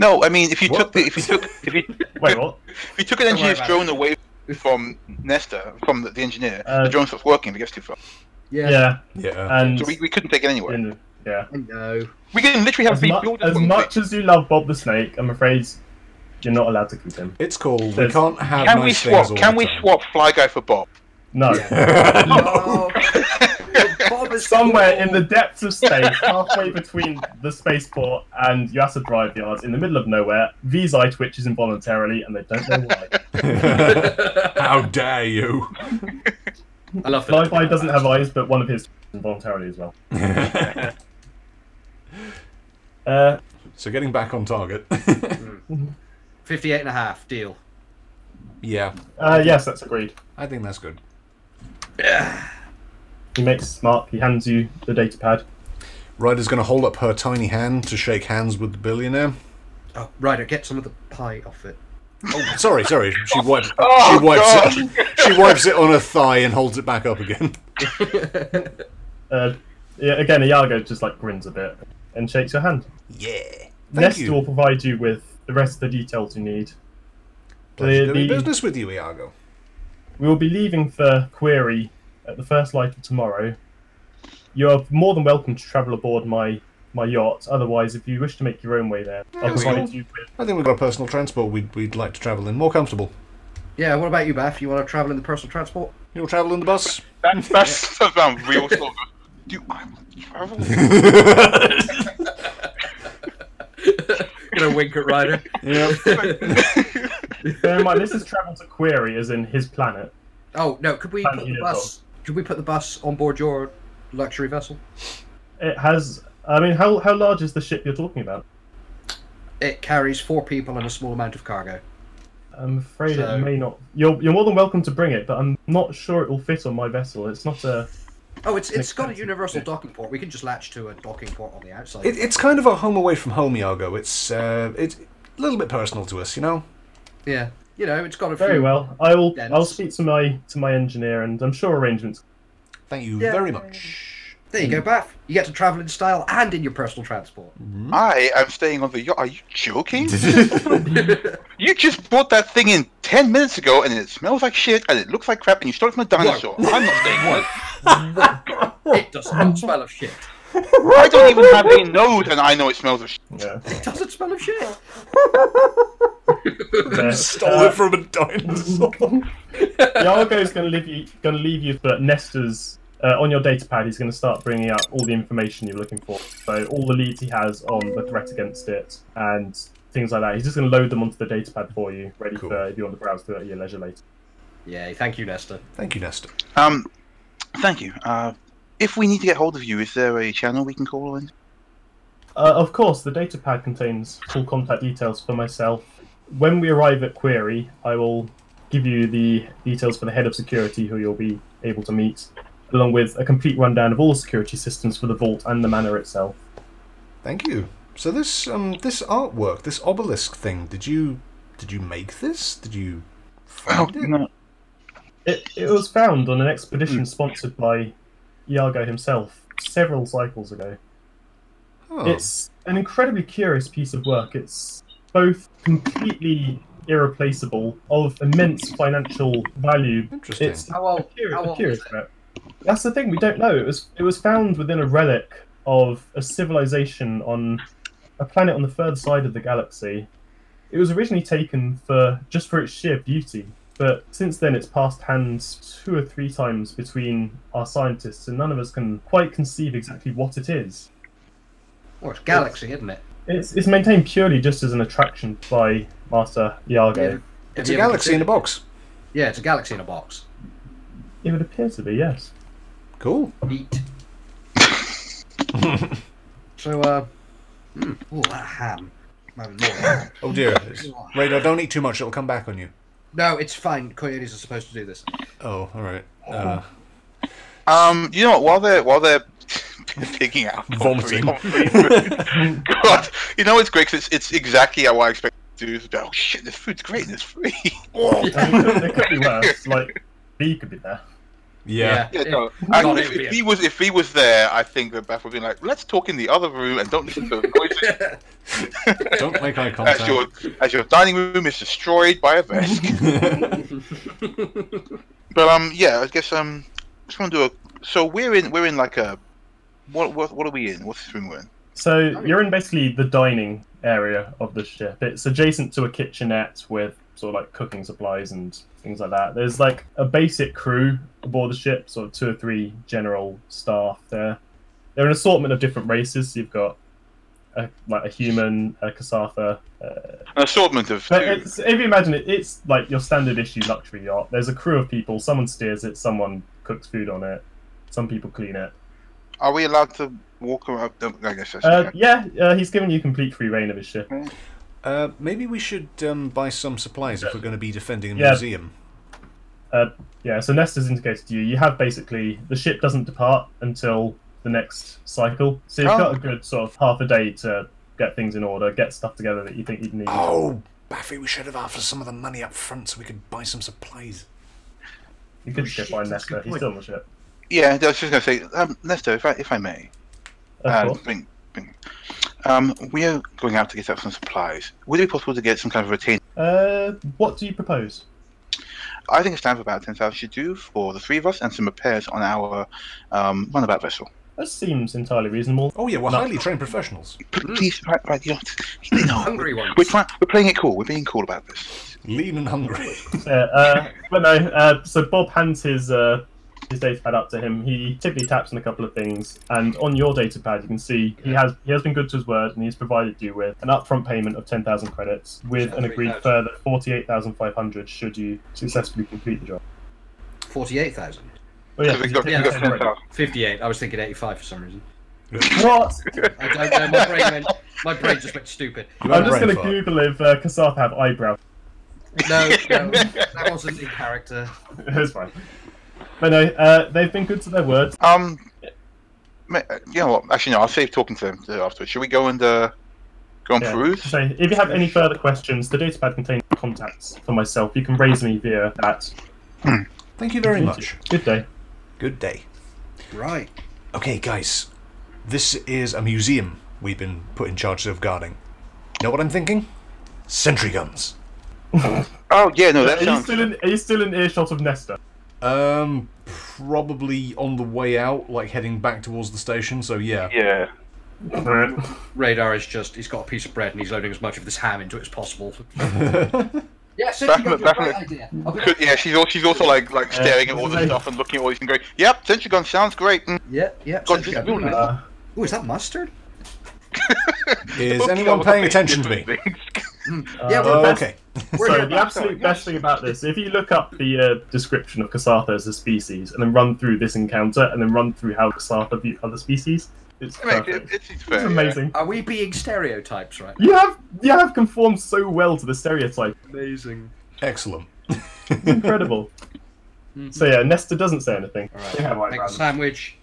S4: No, I mean if you
S1: What
S4: took the,
S1: the-
S4: if you took if you
S5: Wait, what?
S4: if you took an
S3: Don't worry
S4: engineer's
S3: about
S4: drone away from Nesta from the, the engineer,
S5: Uh,
S4: the drone stops working if it gets too far.
S3: Yeah.
S5: Yeah,
S1: Yeah.
S5: and
S4: So we, we couldn't take it anywhere.
S5: and- yeah.
S3: I know.
S4: We can literally have
S5: As,
S4: been
S5: mu-
S4: built
S5: as much as you love Bob the Snake, I'm afraid you're not allowed to keep him.
S1: It's cool. We
S5: There's-
S1: can't have
S4: Can
S1: nice
S4: we
S1: things
S4: swap?
S1: all
S4: Can
S1: the
S4: we
S1: time.
S4: swap Fly Guy for Bob?
S5: No.
S3: No. But Oh. Bob is
S5: Somewhere in
S3: cool.
S5: the depths of space, halfway between the spaceport and Yasa Drive Yards, in the middle of nowhere, V's eye twitches involuntarily and they don't know why.
S1: How dare you?
S3: I love that.
S5: Flyby doesn't have eyes, but one of his twitches involuntarily as well. Uh,
S1: So getting back on target. Hmm.
S3: 58 and a half deal.
S1: yeah,
S5: uh, yes, that's agreed.
S1: I think that's good.
S5: He makes a mark, he hands you the data pad.
S1: Ryder's going to hold up her tiny hand to shake hands with the billionaire.
S3: Oh, Ryder, get some of the pie off it.
S1: Oh, sorry, sorry. She wipes.
S4: Oh,
S1: she wipes it. She wipes it on her thigh and holds it back up again.
S5: Uh, yeah, again, Iago just like grins a bit and shakes your hand.
S1: Yeah. Thank
S5: Nesta
S1: you.
S5: will provide you with the rest of the details you need.
S1: Pleasure
S5: The-
S1: doing
S5: the-
S1: business with you, Iago.
S5: We will be leaving for Query at the first light of tomorrow. You are more than welcome to travel aboard my, my yacht. Otherwise, if you wish to make your own way there, I'll
S1: that's
S5: provide
S1: cool.
S5: you with.
S1: I think we've got a personal transport we'd, we'd like to travel in. More comfortable.
S6: Yeah, what about you, Bath? You want to travel in the personal transport?
S1: You'll travel in the bus?
S4: That, that's a real sort of. Do I travel?
S6: Gonna wink at Ryder.
S1: Yeah.
S5: Bear in mind, this is travel to Query, as in his planet.
S6: Oh no, could we
S5: Thank
S6: put
S5: you,
S6: the bus? Could we put the bus on board your luxury vessel?
S5: It has. I mean, how, how large is the ship you're talking about?
S6: It carries four people and a small amount of cargo.
S5: I'm afraid
S3: So-
S5: it may not. You're, you're more than welcome to bring it, but I'm not sure it will fit on my vessel. It's not a.
S6: Oh, it's it's
S5: Makes
S6: got a
S5: sense.
S6: universal docking port. We can just latch to a docking port on the outside.
S1: It, it's kind of our home away from home, Iago. It's, uh, it's a little bit personal to us, you know?
S6: yeah, you know, it's got a
S5: Very
S1: Hmm.
S6: few-
S5: well. I will.
S6: Dense.
S5: I'll speak to my to my engineer, and I'm sure arrangements.
S1: Thank you
S6: Yeah.
S1: very much.
S6: There you go, Bath. You get to travel in style and in your personal transport.
S4: I am staying on the yacht. Are you joking? you just bought that thing in 10 minutes ago and it smells like shit and it looks like crap and you stole it from a dinosaur. I'm not staying on it.
S6: it does not smell of shit.
S4: I don't even have a node and I know it smells of shit.
S5: Yeah.
S6: It doesn't smell of shit.
S5: there.
S1: Stole it from a dinosaur.
S5: Yago's going to leave you. Going to leave you, but Nestor's uh, on your data pad. He's going to start bringing out all the information you're looking for. So all the leads he has on the threat against it and things like that. He's just going to load them onto the data pad for you, ready
S1: Cool.
S5: for if you want to browse through it at your leisure later.
S6: Yay, thank you, Nesta.
S1: Thank you, Nestor.
S4: Um, thank you. Uh, if we need to get hold of you, is there a channel we can call in?
S5: Uh, of course, the data pad contains full contact details for myself. When we arrive at Query, I will give you the details for the head of security who you'll be able to meet, along with a complete rundown of all security systems for the vault and the manor itself.
S1: Thank you. So this um this artwork, this obelisk thing, did you did you make this? Did you find
S5: Oh,
S1: it?
S5: It, it was found on an
S1: Hmm.
S5: expedition sponsored by Iago himself several cycles ago.
S1: Oh,
S5: It's an incredibly curious piece of work. It's both completely irreplaceable, of immense financial value,
S1: interesting.
S5: It's
S6: How old-
S5: a curi-
S6: Oh, how
S5: a
S6: old
S5: curious
S6: is it?
S5: relic. That's the thing we don't know. It was it was found within a relic of a civilization on a planet on the further side of the galaxy. It was originally taken for just for its sheer beauty, but since then it's passed hands two or three times between our scientists, and none of us can quite conceive exactly what it is.
S6: Well, it's Galaxy, isn't it?
S5: It's it's maintained purely just as an attraction by Master Iago.
S6: Yeah.
S1: It's a galaxy in a box.
S6: Yeah, it's a galaxy in a box.
S5: It would appear to be yes.
S1: Cool.
S6: Neat. so, uh, hmm, oh, that ham. My lord.
S1: Oh dear. It's- Radar, don't eat too much. It'll come back on you.
S6: No, it's fine. Coyotes are supposed to do this.
S1: Oh, all right. Uh,
S4: Um, you know what? While they're while they're picking out
S1: Vomiting.
S4: God, you know it's great 'cause it's it's exactly how I expect to do. It's like, oh shit, this food's great and it's free.
S5: I mean, there could be worse. Like B could be there.
S1: yeah.
S4: Yeah,
S6: It-
S4: no. I
S6: God,
S4: if,
S6: it'd be
S4: if
S6: a-
S4: he was if he was there, I think that Beth would be like, let's talk in the other room and don't listen to the noises
S1: Don't make eye
S4: as your
S1: contact.
S4: as your dining room is destroyed by a vest. but um, yeah, I guess um, just want to do a. So we're in we're in like a. What what what are we in? What's this room we're in?
S5: So you're in basically the dining area of the ship. It's adjacent to a kitchenette with sort of like cooking supplies and things like that. There's like a basic crew aboard the ship, sort of two or three general staff there. They're an assortment of different races. You've got a, like a human, a Kasatha. Uh,
S4: An assortment of.
S5: but
S4: two.
S5: it's, if you imagine it, it's like your standard issue luxury yacht. There's a crew of people. Someone steers it. Someone cooks food on it. Some people clean it.
S4: Are we allowed to walk around? no, I guess that's
S5: Uh, yeah, uh, he's given you complete free reign of his ship.
S1: Uh, maybe we should um, buy some supplies if we're going to be defending a
S5: Yeah.
S1: museum.
S5: Yeah, so Nestor's indicated to you, you have basically the ship doesn't depart until the next cycle. So you've
S4: Oh.
S5: got a good sort of half a day to get things in order, get stuff together that you think you'd need.
S1: Oh, Baffy, we should have asked for some of the money up front so we could buy some supplies.
S5: you could
S6: Oh, shit,
S5: just go find
S6: that's a
S5: Nestor,
S6: good
S5: he's
S6: point.
S5: still on the ship.
S4: yeah. I was just gonna say, um, Nestor, if I if I may,
S5: Of
S4: uh,
S5: course.
S4: bring, bring- Um, we are going out to get up some supplies. Would it be possible to get some kind of retainer?
S5: Uh, what do you propose?
S4: I think it's time for about 10,000 should do for the three of us and some repairs on our um, runabout vessel.
S5: That seems entirely reasonable.
S1: Oh yeah, we're
S5: No.
S1: highly trained professionals.
S4: P-
S5: Hmm.
S4: Please, right, right, you know, you know,
S3: Hungry ones.
S4: We're, trying, we're playing it cool. We're being cool about this.
S1: Lean and hungry.
S5: Yeah, uh, but no. Uh, so Bob hands his uh, his data pad up to him. He typically taps on a couple of things, and on your data pad, you can see he has he has been good to his word, and he's provided you with an upfront payment of ten thousand credits, with an agreed further forty eight thousand five hundred should you successfully complete the job.
S3: Forty-eight thousand.
S5: Oh yeah,
S4: So we've
S5: he's
S4: got-
S5: taken
S4: we've got
S5: that
S4: 10,000.
S5: already.
S3: Fifty-eight. I was thinking eighty-five for some reason.
S5: What?
S3: I don't know. My brain went. My brain just went stupid.
S1: You had
S5: I'm
S1: a
S5: just
S1: brain
S5: going to
S1: fart.
S5: Google if uh, Kasatha have eyebrow.
S3: No, no, that wasn't in character.
S5: That's fine. But no, uh, they've been good to their word.
S4: Um, ma- uh, you know what? Actually, no, I'll save talking to them afterwards. Should we go and uh, go and
S5: Yeah.
S4: peruse?
S5: So if you have any further questions, the datapad contains contacts for myself. You can raise me via that.
S1: Thank you very much.
S5: Good day.
S1: Good day.
S3: Right.
S1: Okay, guys, this is a museum we've been put in charge of guarding. Know what I'm thinking? Sentry guns.
S4: Oh, yeah, no, that
S5: Are you
S4: sounds.
S5: still in? Are you still in earshot of Nesta?
S1: Um, probably on the way out, like heading back towards the station. So yeah,
S4: Yeah.
S3: Radar is just. He's got a piece of bread and he's loading as much of this ham into it as possible. yeah,
S4: Back
S3: sentry
S4: in the-
S3: guns are a
S4: back in
S3: great
S4: the-
S3: idea. I'll be-
S4: Could- Yeah, she's also, she's also like like
S5: Uh,
S4: staring at all
S5: right.
S4: this stuff and looking at all these and going, "Yep, sentry gun sounds great." Mm.
S3: Yeah, yeah.
S4: God,
S3: sentry
S4: just
S3: gun.
S4: building
S5: Uh,
S3: Ooh, is that mustard?
S1: is
S4: Okay,
S1: anyone
S4: I'll
S1: paying
S4: pay
S1: attention to me?
S4: different things.
S3: yeah,
S5: uh,
S3: well,
S5: that's-
S1: okay.
S3: We're
S5: So
S3: here
S5: the
S3: about-
S5: absolute best thing about this, if you look up the uh, description of Kasatha as a species, and then run through this encounter, and then run through how Kasatha view other species, it's
S4: I mean, it,
S5: perfect.
S4: it seems fair.
S5: It's
S4: yeah.
S5: amazing.
S3: Are we being stereotypes right?
S5: You have you have conformed so well to the stereotype.
S3: Amazing.
S1: Excellent.
S5: Incredible. so yeah, Nesta doesn't say anything.
S3: All right.
S5: Yeah, right,
S3: Make a
S5: right.
S3: sandwich.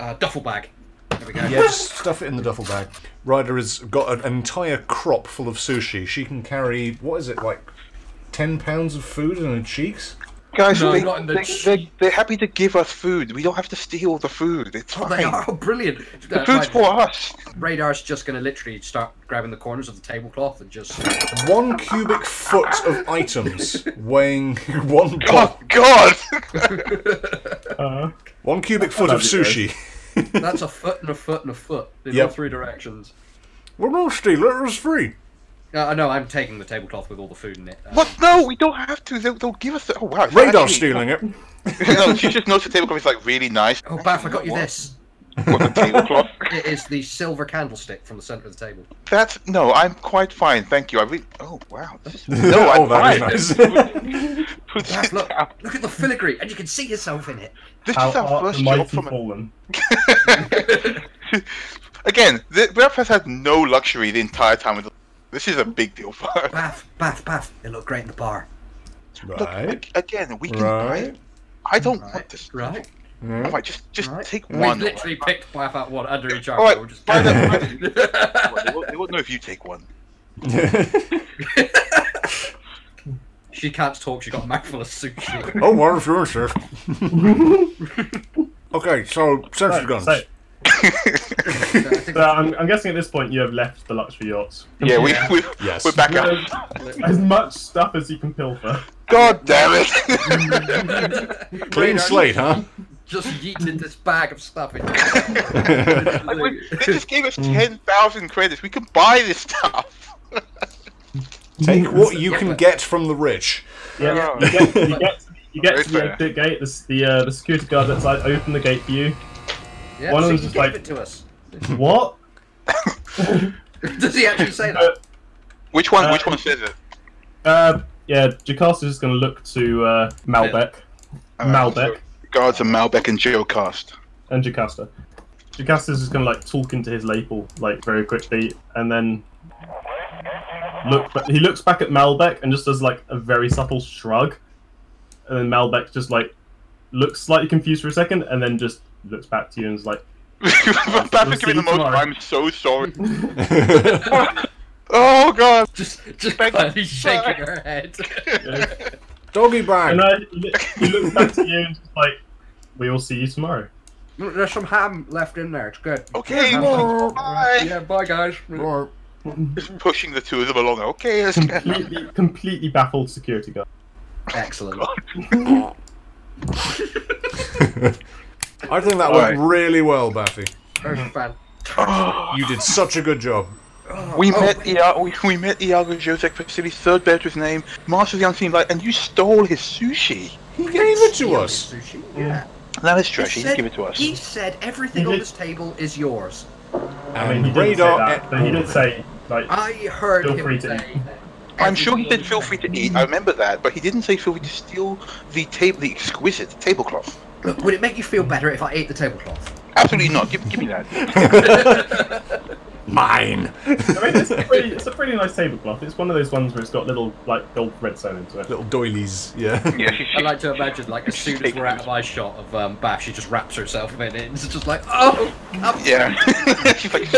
S3: Uh, duffel bag. There we go.
S1: Yeah, just stuff it in the duffel bag. Ryder has got an entire crop full of sushi. She can carry what is it like, ten pounds of food in her cheeks?
S4: Guys,
S3: No,
S4: they,
S3: not in the
S4: they,
S3: ch-
S4: they're, they're happy to give us food. We don't have to steal the food. It's
S3: Oh,
S4: fine.
S3: they are oh, brilliant. Uh,
S4: Food's
S3: right,
S4: for us.
S3: Radar's just going to literally start grabbing the corners of the tablecloth and just.
S1: One cubic foot of items weighing one
S4: Oh
S1: pot,
S4: God!
S5: Uh,
S1: one cubic foot of
S5: That'd be
S1: sushi.
S3: That's a foot and a foot and a foot in
S1: Yep.
S3: all three directions. Uh,
S1: We're not stealing. It was free.
S3: No, I know. I'm taking the tablecloth with all the food in it. Uh,
S4: what? No, we don't have to. They'll, they'll give us. The... Oh wow! it's
S1: Radar
S4: actually-
S1: stealing it.
S4: no, she just notes the tablecloth is like really nice.
S3: Oh, Bath, I got you this.
S4: What, the tablecloth?
S3: It is the silver candlestick from the centre of the table.
S4: That's no. I'm quite fine, thank you. I really. Oh wow! This is... No, I'm
S1: oh, that
S4: fine.
S1: is nice.
S4: Put this
S3: Bath, look,
S4: down.
S3: look at the filigree, and you can see yourself in it.
S4: This
S5: how
S4: is our
S5: art the
S4: first job
S5: mighty
S4: from a
S5: fallen.
S4: Again, the Belfast had no luxury the entire time. of the- This is a big deal for us.
S3: Bath, bath, bath. It looked great in the bar.
S4: Look,
S1: right.
S4: ag- again, we can buy
S1: Right.
S4: it. I don't want
S3: Right,
S4: this.
S3: right.
S4: All right, just just
S3: Right.
S4: take
S3: We
S4: one.
S3: literally picked Bath out one under each other.
S4: All right,
S3: We're just-
S4: buy that one. they, won't, they won't know if you take one.
S3: She can't talk. She got a mouthful of sushi.
S1: oh, well, if you insist. okay, so sensor
S5: So,
S1: guns.
S5: so-
S3: I think
S5: so I'm, I'm guessing at this point you have left the luxury yachts.
S4: Yeah, we we
S1: Yes.
S4: we're back up.
S5: With as much stuff as you can pilfer.
S4: God damn it!
S1: Clean slate, huh?
S3: just yeeted this bag of stuff in.
S4: they just gave us ten thousand credits. We can buy this stuff.
S1: Take what you can get from the rich.
S5: Yeah, you get, you get, you get
S4: Very
S5: to the
S4: fair.
S5: exit gate. The s- the, uh, the security guards outside open the gate for you.
S3: yeah,
S5: One
S3: so
S5: of them's
S3: he
S5: just
S3: gave
S5: like-
S3: it to us.
S5: What?
S3: Does he actually say that?
S4: Which one?
S5: Uh,
S4: which one says it?
S5: Uh, yeah, Jacasta's just going to look to uh, Malbec, uh,
S4: Alright,
S5: Malbec,
S4: so Guards of Malbec and Joe Cast.
S5: and Jocasta. Jocasta's just going to like talk into his label like very quickly, and then look. But he looks back at Malbec and just does like a very subtle shrug, and then Malbec just like looks slightly confused for a second, and then just looks back to you and is like,
S4: That's
S5: see
S4: giving the most.
S5: tomorrow.
S4: I'm so sorry. Oh God!
S3: Just, just
S4: Thank-
S3: quietly shaking her head.
S1: Doggy bag.
S5: and I, he looks back to you and just like, we will see you tomorrow.
S3: Mm, There's some ham left in there. It's good.
S4: Okay, bye.
S3: Yeah, bye guys.
S4: Just pushing the two of them along. Okay, let's get
S5: Completely, completely baffled security guard.
S3: Excellent.
S1: I think that
S4: All
S1: went really well, Baffy.
S5: Mm.
S3: That's bad.
S1: You did such a good job.
S4: We
S3: Oh.
S4: met Iago, we, we met Iago Josek Vasili's third bear's name, Master of the Unseen Light, and you stole his sushi.
S1: He gave it to us.
S3: Sushi. Yeah.
S4: That is trash.
S3: He
S4: He
S3: said-
S4: didn't give it to us.
S3: He said everything on this table is yours.
S5: I mean, he
S1: And
S5: didn't say
S1: radar.
S5: that, but he did say like
S3: I heard
S5: Feel
S3: him
S5: free to
S3: say.
S5: eat.
S3: that
S4: I'm sure he
S3: everything
S4: said feel
S3: on
S4: free
S3: this
S4: to eat. I remember that, but he didn't say feel free to steal the table, the exquisite tablecloth.
S3: table- Look, would it make you feel better if I ate the tablecloth?
S4: Absolutely not. Give, give me that.
S1: Mine.
S5: I mean, it's a pretty, it's a pretty nice tablecloth. It's one of those ones where it's got little like gold redstone into it.
S1: Little doilies. Yeah.
S4: Yeah, she,
S3: I
S4: she,
S3: like to imagine, like, as soon as we're out of eye shot of um, Bash, she just wraps herself in it. and It's just like, oh, come
S4: yeah. She's like,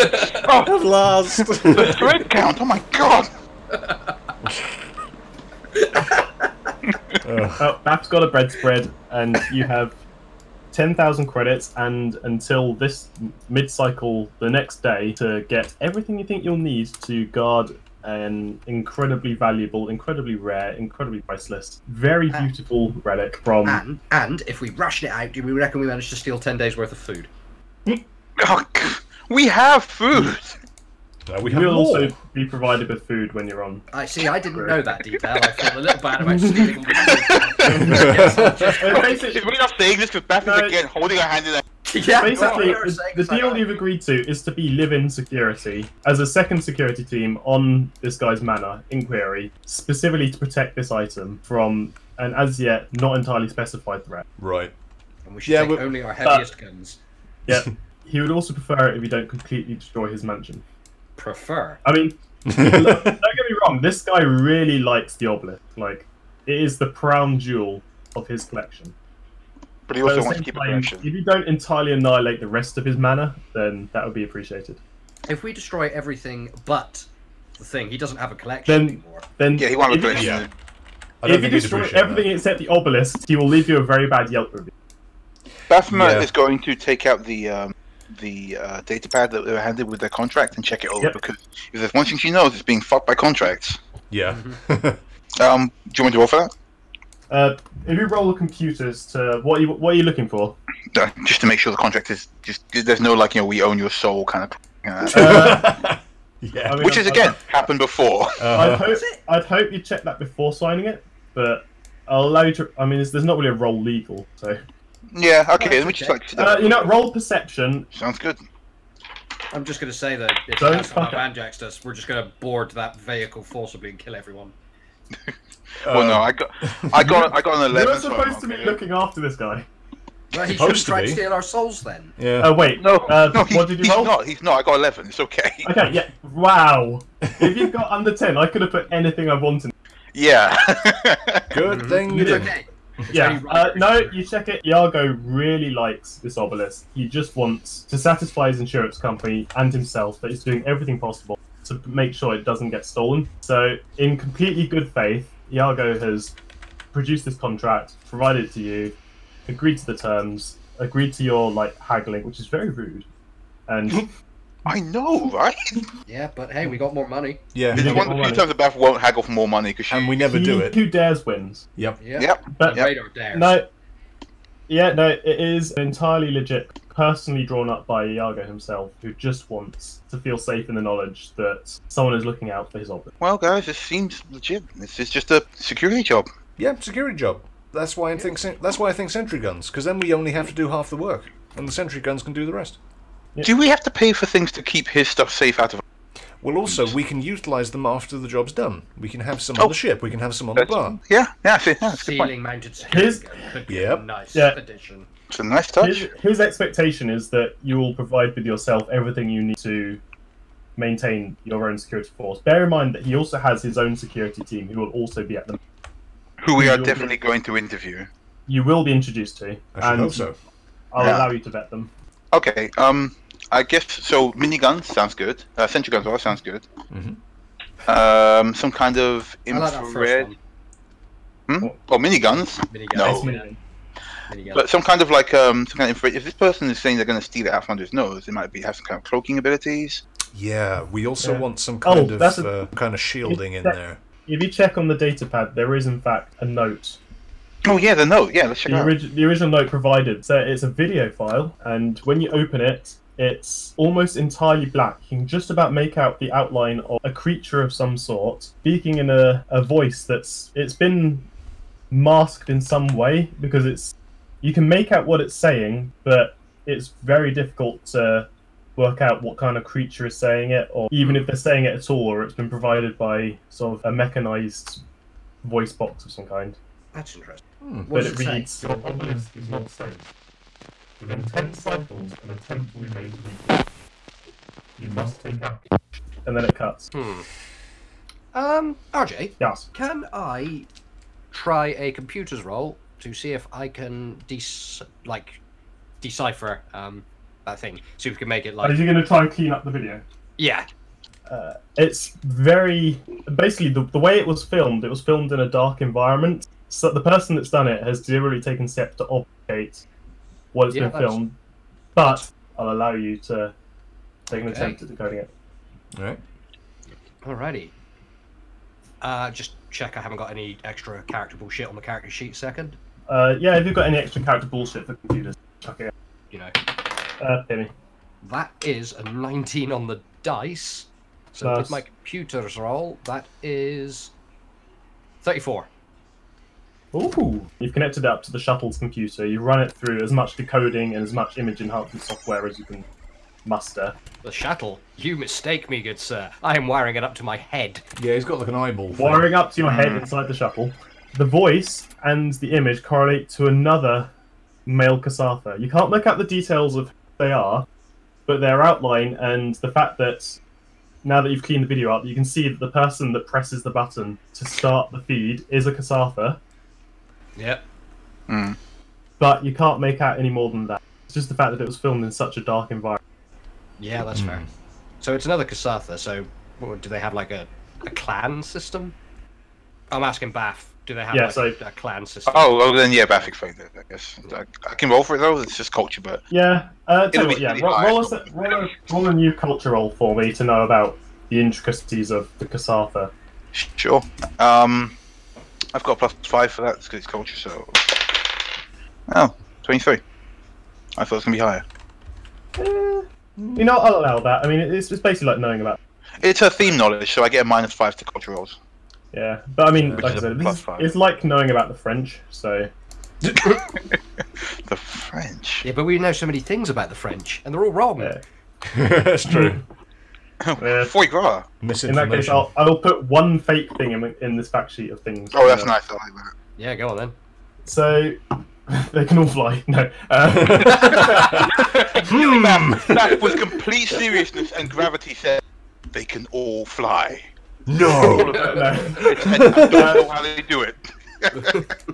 S4: oh,
S1: At last.
S4: the thread count. Oh my god.
S5: Uh, Bap's got a bread spread, and you have ten thousand credits, and until this mid-cycle, the next day, to get everything you think you'll need to guard an incredibly valuable, incredibly rare, incredibly priceless, very beautiful relic from.
S3: And, and if we ration it out, do we reckon we managed to steal 10 days worth of food?
S4: Oh, g- we have food.
S1: Uh, we
S5: You
S1: have
S5: will
S1: more.
S5: also be provided with food when you're on.
S3: I see, I didn't know that detail. I feel a little bad about stealing all this
S5: Uh, basically,
S4: We're not saying this because Beth is
S5: No.
S4: again holding her hand in that.
S3: food. yeah,
S5: Basically,
S3: well,
S5: the-
S3: saying
S5: the
S3: something.
S5: deal you've agreed to is to be live-in security as a second security team on this guy's manor inquiry, specifically to protect this item from an as yet not entirely specified threat.
S1: Right.
S3: And we should
S1: Yeah,
S3: take
S1: but-
S3: only our heaviest guns.
S5: Yeah, he would also prefer it if you don't completely destroy his mansion.
S3: Prefer.
S5: I mean, look, don't get me wrong, this guy really likes the obelisk. Like, it is the crown jewel of his collection.
S4: But he
S5: But
S4: also
S5: at the
S4: wants to
S5: same
S4: keep a
S5: time, if
S4: collection.
S5: you don't entirely annihilate the rest of his manor, then that would be appreciated.
S3: If we destroy everything but the thing, he doesn't have a collection
S5: Then-
S3: anymore.
S5: Then
S4: Yeah, he wants a
S5: if you-
S4: collection.
S1: Yeah. I don't think
S5: If you
S1: he'd
S5: destroy
S1: appreciate
S5: everything except the obelisk, he will leave you a very bad Yelp review.
S4: Baphomet
S1: Yeah.
S4: is going to take out the um, the uh, data pad that they were handed with their contract and check it over
S5: Yep.
S4: because if there's one thing she knows, it's being fucked by contracts.
S1: that. Yeah.
S5: Mm-hmm.
S4: Um, do you want me to roll for that?
S5: Uh, if you roll the computers to what are you what are you looking for?
S4: No, just to make sure the contract is just there's no like you know we own your soul kind of. Uh,
S5: Uh,
S1: yeah.
S5: I mean,
S4: which is
S5: I'd-
S4: again happened before.
S5: I'd
S1: Uh,
S5: hope I'd hope you check that before signing it, but I'll allow you to. I mean, there's there's not really a roll legal, so
S4: yeah. Okay. Let me just like
S5: uh, you know, roll perception.
S4: sounds good.
S3: I'm just going to say that if
S5: Don't
S3: that's how
S5: fuck it.
S3: Banjaxed us, we're just going to board that vehicle forcibly and kill everyone.
S1: Uh,
S4: well, no, I got I got I got an
S5: You
S4: eleven.
S5: were
S4: so
S5: Uh, supposed to be
S4: okay.
S5: looking after this guy.
S3: Well, he should
S1: Supposed to
S3: try and
S1: be.
S3: steal our souls then.
S1: yeah.
S5: Oh wait,
S4: No,
S5: Uh,
S4: no, he,
S5: what did you
S4: he's
S5: roll?
S4: not. He's not. I got eleven. It's okay.
S5: Okay, yeah. Wow. if you've got under ten, I could have put anything I wanted.
S4: Yeah.
S5: Mm-hmm.
S1: Good thing you
S3: It's
S1: did.
S3: okay. It's
S5: Yeah.
S3: very
S5: Uh,
S3: right.
S5: no, you check it. Iago really likes this obelisk. He just wants to satisfy his insurance company and himself that he's doing everything possible to make sure it doesn't get stolen. So, in completely good faith, Iago has produced this contract, provided it to you, agreed to the terms, agreed to your like haggling, which is very rude. And
S4: I know, right?
S3: Yeah, but hey, we got more money.
S1: Yeah.
S4: This is
S5: get
S4: one of
S5: more
S4: the few
S5: money.
S4: times that Beth won't haggle for more money because she.
S1: And we never
S5: he
S1: do it.
S5: who dares wins.
S1: Yep.
S3: Yeah.
S4: Yep.
S5: But
S4: Yep.
S3: Radar dares.
S5: No. Yeah, no, it is entirely legit, personally drawn up by Iago himself, who just wants to feel safe in the knowledge that someone is looking out for his object.
S4: Well, guys, this seems legit. This is just a security job.
S1: Yeah. Security job. That's why I think. Sen- That's why I think sentry guns. Because then we only have to do half the work, and the sentry guns can do the rest.
S4: Do we have to pay for things to keep his stuff safe out of?
S1: Well, also we can utilize them after the job's done. We can have some on
S4: Oh.
S1: the ship. We can have some on the bar.
S4: Yeah, yeah, see, yeah, that's a good point.
S3: Ceiling mounted security
S5: His-
S3: gun could be
S1: Yep.
S3: a nice
S5: Yeah.
S3: addition.
S4: It's a nice touch.
S5: His, his expectation is that you will provide with yourself everything you need to maintain your own security force. Bear in mind that he also has his own security team who will also be at the.
S4: Who we are
S5: You'll-
S4: definitely going to interview.
S5: You will be introduced to,
S1: I should
S5: and
S1: hope so.
S5: I'll
S4: Yeah.
S5: allow you to vet them.
S4: Okay, um, I guess so. Miniguns sounds good. Uh, sentry guns, well, sounds good.
S1: Mhm.
S4: Um, some kind of
S3: I like that first
S4: infrared.
S3: one.
S4: Hmm? Oh, miniguns.
S3: Minigun.
S4: No.
S5: It's me.
S6: There you go.
S4: But some kind of like um, some kind of infra- if this person is saying they're going to steal it out from under his nose, it might be have some kind of cloaking abilities.
S1: Yeah, we also
S5: Yeah. Oh,
S1: want some kind of
S5: that's a-
S1: uh, kind of shielding in
S5: that-
S1: there.
S5: If you check on the data pad, there is in fact a note.
S4: Oh yeah, the note. Yeah, let's check it
S5: The,
S4: out.
S5: orig- the original note provided. So it's a video file, and when you open it, it's almost entirely black. You can just about make out the outline of a creature of some sort speaking in a, a voice that's it's been masked in some way because it's you can make out what it's saying, but it's very difficult to work out what kind of creature is saying it, or even if they're saying it at all, or it's been provided by sort of a mechanized voice box of some kind.
S3: That's interesting.
S5: Hmm, But
S8: What
S5: it
S8: does it say?
S5: reads
S8: Your obelisk is not safe. Within ten cycles, an attempt will be made to reach. You must take action.
S5: and then it cuts.
S3: Um, RJ,
S5: Yes.
S3: can I try a computer's roll to see if I can dec- like decipher um that thing? See if we can make it
S5: Are
S3: like
S5: you going to try and clean up the video?
S3: yeah.
S5: It's very basically the, the way it was filmed. It was filmed in a dark environment, so the person that's done it has deliberately taken steps to obfuscate what has
S3: Yeah,
S5: been
S3: that's-
S5: filmed. But I'll allow you to take an
S3: Okay.
S5: attempt at decoding it.
S1: All right.
S3: Alrighty. Uh, just check I haven't got any extra character bullshit on the character sheet. Second,
S5: Uh, yeah, if you've got any extra character bullshit for computers, chuck it.
S3: you know
S5: out. Uh, Penny.
S3: that is a 19 on the dice. So
S5: Nice.
S3: with my computer's roll, that is 34.
S5: Ooh. You've connected it up to the shuttle's computer. You run it through as much decoding and as much image enhancement software as you can muster.
S3: The shuttle. You mistake me, good sir. I am wiring it up to my head.
S1: Yeah, he's got like an eyeball. thing.
S5: wiring up to your head inside the shuttle. The voice and the image correlate to another male Kasatha. You can't look out the details of who they are, but their outline and the fact that now that you've cleaned the video up, you can see that the person that presses the button to start the feed is a Kasatha,
S3: Yep.
S5: but you can't make out any more than that. It's just the fact that it was filmed in such a dark environment.
S3: Yeah, that's
S5: Mm.
S3: fair. So it's another Kasatha. So what, do they have like a, a clan system? I'm asking Bath. Do they have
S5: Yeah,
S3: like,
S5: so-
S3: a, a clan system?
S4: Oh, well, then yeah, Bath explained it. I guess I, I can roll for it though. It's just culture, but
S5: Yeah, uh, tell
S4: It'll
S5: you what,
S4: be
S5: yeah,
S4: pretty
S5: roll,
S4: high.
S5: roll, us a, roll, a, roll a new culture roll for me to know about the intricacies of the Kasatha.
S4: sure. Um, I've got a plus five for that because it's culture. So, oh, 23. I thought it was gonna be higher.
S5: You know, I'll allow that. I mean, it's, it's basically like knowing about.
S4: It's a theme knowledge, so I get a minus five to culture rolls.
S5: Yeah, but I mean, like I
S4: is a
S5: said, this
S4: plus
S5: is,
S4: five.
S5: it's like knowing about the French. So
S4: The French.
S3: Yeah, but we know so many things about the French, and they're all wrong.
S5: Yeah.
S1: That's true.
S5: uh,
S4: Foie gras.
S5: in that
S1: Misinformation.
S5: Hmm. case, I'll, I'll put one fake thing in, in this fact sheet of things.
S4: Oh, that's nice. I like that.
S3: Yeah, go on then.
S5: So they can all fly. No, uh,
S4: That, that was complete seriousness and gravity said they can all fly.
S1: no.
S5: no,
S4: And I don't know how they do it.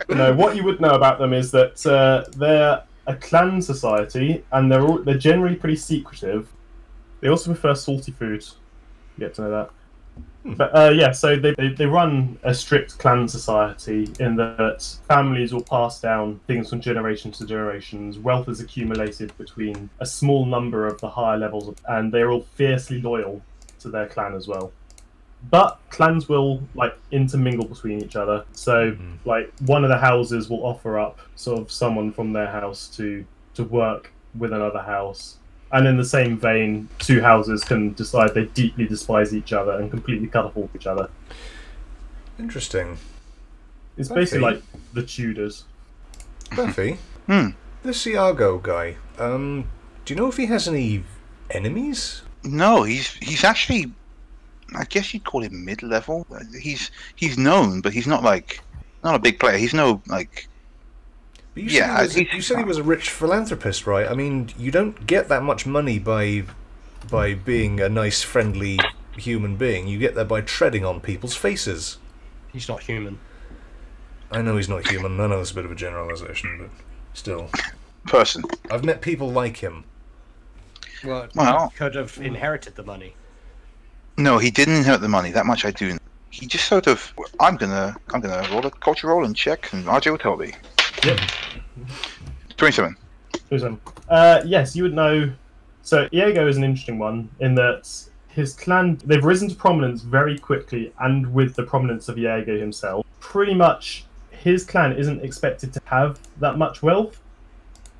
S5: no. What you would know about them is that uh, they're a clan society, and they're all, they're generally pretty secretive. They also prefer salty food. You get to know that. But uh, yeah, so they, they, they run a strict clan society in that families will pass down things from generation to generations. Wealth is accumulated between a small number of the higher levels, of, and they're all fiercely loyal to their clan as well. But clans will like intermingle between each other. So like one of the houses will offer up sort of someone from their house to to work with another house. And in the same vein, two houses can decide they deeply despise each other and completely cut off all of each other.
S1: Interesting.
S5: It's
S1: Okay.
S5: basically like the Tudors.
S1: Buffy.
S4: Hmm.
S1: This Iago guy. Um, do you know if he has any enemies?
S4: No, he's he's actually. I guess you'd call him mid-level. He's he's known, but he's not like not a big player. He's no like
S1: But you
S4: Yeah,
S1: said he was,
S4: he's-
S1: you said he was a rich philanthropist, right? I mean, you don't get that much money by by being a nice, friendly human being. You get that by treading on people's faces.
S3: He's not human.
S1: I know he's not human. I know it's a bit of a generalization, but still,
S4: person.
S1: I've met people like him.
S3: Well,
S4: Well-
S3: he could have inherited the money.
S4: No, he didn't inherit the money. That much I do. know. He just sort of. I'm gonna I'm gonna roll a culture roll and check, and RJ will tell me. Twenty-seven.
S5: Listen, Uh, yes, you would know. So Iago is an interesting one in that his clan they've risen to prominence very quickly, and with the prominence of Iago himself, pretty much his clan isn't expected to have that much wealth,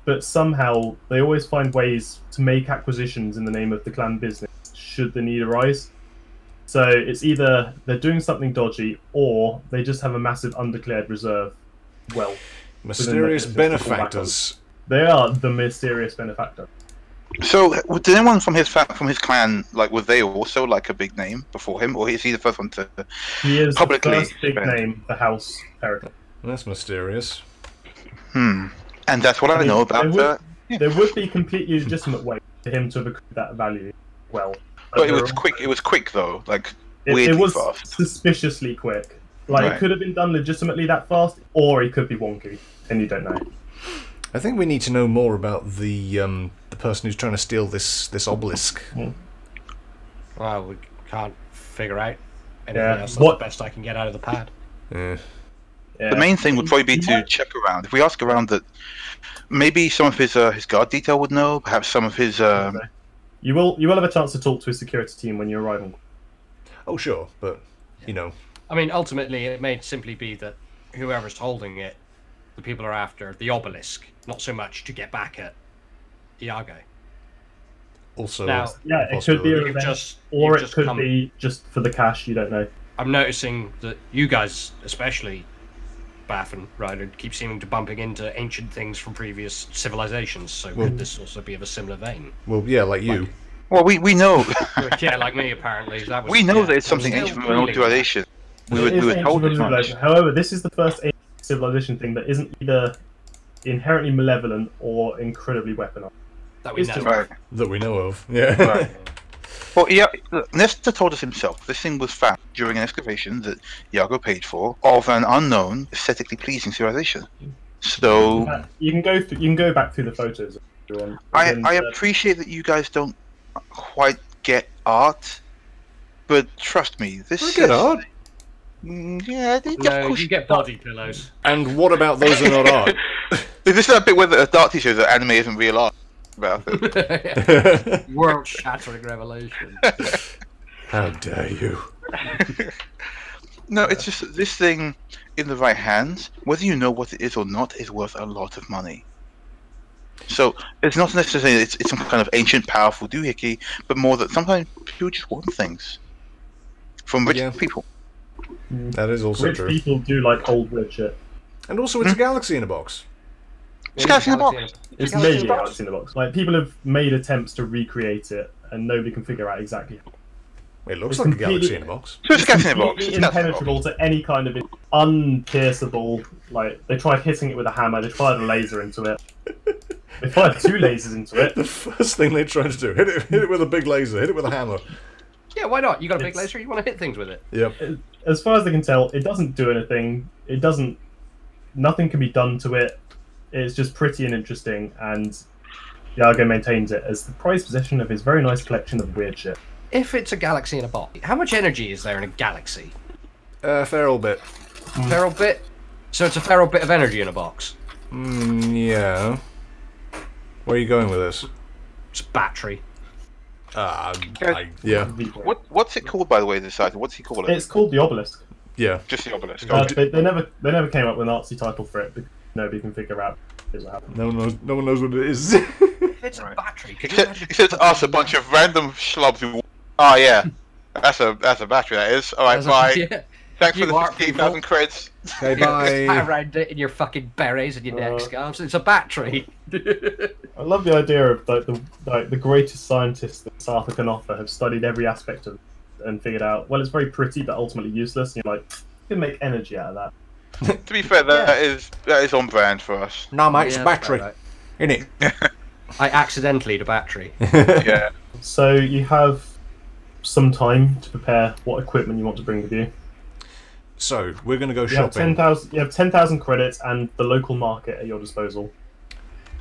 S5: but somehow they always find ways to make acquisitions in the name of the clan business should the need arise. So it's either they're doing something dodgy, or they just have a massive undeclared reserve wealth.
S1: Mysterious
S5: Within the-
S1: benefactors.
S5: They are the mysterious benefactor.
S4: So, w- did anyone from his fa- from his clan like were they also like a big name before him, or is he the first one to?
S5: He is
S4: Publicly,
S5: the first big
S4: Ben.
S5: name the house Pericle.
S1: That's mysterious.
S4: Hmm. And that's what I,
S5: I mean,
S4: know about uh,
S5: I would-
S4: that. Yeah.
S5: There would be completely legitimate ways for him to have accrued that value. Well,
S4: But it was
S5: overall.
S4: quick. It was quick though. Like
S5: It- it,
S4: weirdly
S5: was
S4: fast.
S5: suspiciously quick. Like
S4: Right.
S5: it could have been done legitimately that fast, or it could be wonky, and you don't know.
S1: I think we need to know more about the um, the person who's trying to steal this this obelisk.
S3: Well, we can't figure out anything
S5: Yeah,
S3: else. That's
S5: what-
S3: the best I can get out of the pad.
S1: Eh.
S5: Yeah.
S4: The main thing would probably be to
S5: Yeah.
S4: check around. If we ask around, that maybe some of his uh, his guard detail would know. Perhaps some of his. Um,
S5: You will you will have a chance to talk to his security team when you arrive. On...
S1: Oh sure, but you know,
S3: I mean, ultimately, it may simply be that whoever's holding it, the people are after the obelisk, not so much to get back at Iago.
S1: also
S3: Now-
S1: is
S5: Yeah,
S1: the
S5: it could be
S1: possibility-
S5: a
S3: You've
S5: revenge,
S3: just,
S5: or
S3: you've
S5: it
S3: just
S5: could
S3: come-
S5: be just for the cash. You don't know.
S3: I'm noticing that you guys, especially Baff and Ryder, keep seeming to bumping into ancient things from previous civilizations. So
S1: Well-
S3: could this also be of a similar vein?
S1: well, yeah, like you.
S4: well, we we know
S3: yeah, like me apparently. That was,
S4: we know
S3: yeah,
S4: there's
S3: I was
S4: something
S3: still
S4: ancient from an
S3: reeling.
S4: old civilization. We were,
S5: It is
S4: we were
S5: ancient
S4: told as much.
S5: civilization. However, this is the first ancient civilization thing that isn't either inherently malevolent or incredibly weaponized.
S3: That we
S5: It's
S3: know.
S5: just-
S4: Right.
S1: that we know of. Yeah.
S4: Right. Well, yeah, look, Nestor told us himself this thing was found during an excavation that Iago paid for of an unknown, aesthetically pleasing civilization. So
S5: Uh, You can go through, you can go back through the photos. if you want. uh,
S4: I,
S5: Again,
S4: I
S5: the-
S4: appreciate that you guys don't quite get art, but trust me, this
S1: I get
S4: is-
S1: art.
S4: Mm, Yeah, they- of
S3: No,
S4: course.
S3: you get body pillows.
S1: And what about those who are not art?
S4: Is this that bit where the art teacher that anime isn't real art? About it.
S6: World shattering revelation.
S1: How dare you?
S4: No, it's just this thing in the right hands, whether you know what it is or not, is worth a lot of money. So it's not necessarily it's, it's some kind of ancient, powerful doohickey, but more that sometimes people just want things from rich
S1: Yeah.
S4: people.
S1: That is also
S5: rich
S1: true.
S5: people do like old weird shit.
S1: And also, it's a galaxy in a box.
S4: It's guys in the box.
S5: It's
S4: Galaxy in
S5: made a
S4: a box.
S5: galaxy in a box. Like people have made attempts to recreate it, and nobody can figure out exactly. how.
S1: It looks
S5: It's
S1: like a
S5: completely-
S1: galaxy in a box.
S4: So it's guys in a box.
S5: Completely
S4: It's guys in a box.
S5: impenetrable to any kind of unpierceable. Like they tried hitting it with a hammer. They fired a laser into it. They fired two lasers into it.
S1: The first thing they tried to do hit it, hit it with a big laser, hit it with a hammer.
S3: Yeah, why not? You got a big
S5: It's-
S3: laser. You want to hit things with it.
S1: Yep.
S5: As far as they can tell, it doesn't do anything. It doesn't. Nothing can be done to it. It's just pretty and interesting, and Yago maintains it as the prized possession of his very nice collection of weird shit.
S3: If it's a galaxy in a box, how much energy is there in a galaxy?
S1: Uh, fair old bit.
S3: Feral bit. So it's a feral bit of energy in a box.
S1: Mm, yeah. Where are you going with this?
S3: It's a battery.
S1: Uh,
S4: I-
S1: yeah,
S4: What what's it called by the way? This item. What's he call it?
S5: It's called the obelisk.
S1: yeah.
S4: just the obelisk.
S5: Uh,
S4: Okay.
S5: they, they never they never came up with an artsy title for it because nobody can figure out what happened.
S1: No one knows. No one knows what it is.
S3: If it's
S4: Right.
S3: a battery, could you
S4: Except,
S3: imagine-
S4: except to us a bunch of random schlubs. Who, oh yeah, that's a that's a battery. That is. All right,
S3: As a-
S4: bye.
S3: yeah.
S4: Thanks for
S3: You
S4: the
S3: are
S4: fifteen thousand creds.
S1: okay,
S3: Pat
S1: bye.
S3: around it in your fucking berets and your
S5: Uh,
S3: neck scarves. It's a battery.
S5: I love the idea of like the like the greatest scientists that Sartre can offer have studied every aspect of it and figured out. Well, it's very pretty, but ultimately useless. And you're like, you can make energy out of that.
S4: To be fair, that is that is on brand for us.
S1: No, mate, it's
S3: Yeah, that's
S1: battery.
S3: about
S1: In it.
S3: right. I accidentally the battery.
S4: Yeah.
S5: So you have some time to prepare what equipment you want to bring with you.
S1: So we're gonna go
S5: You have
S1: shopping.
S5: ten thousand. You have ten thousand credits and the local market at your disposal.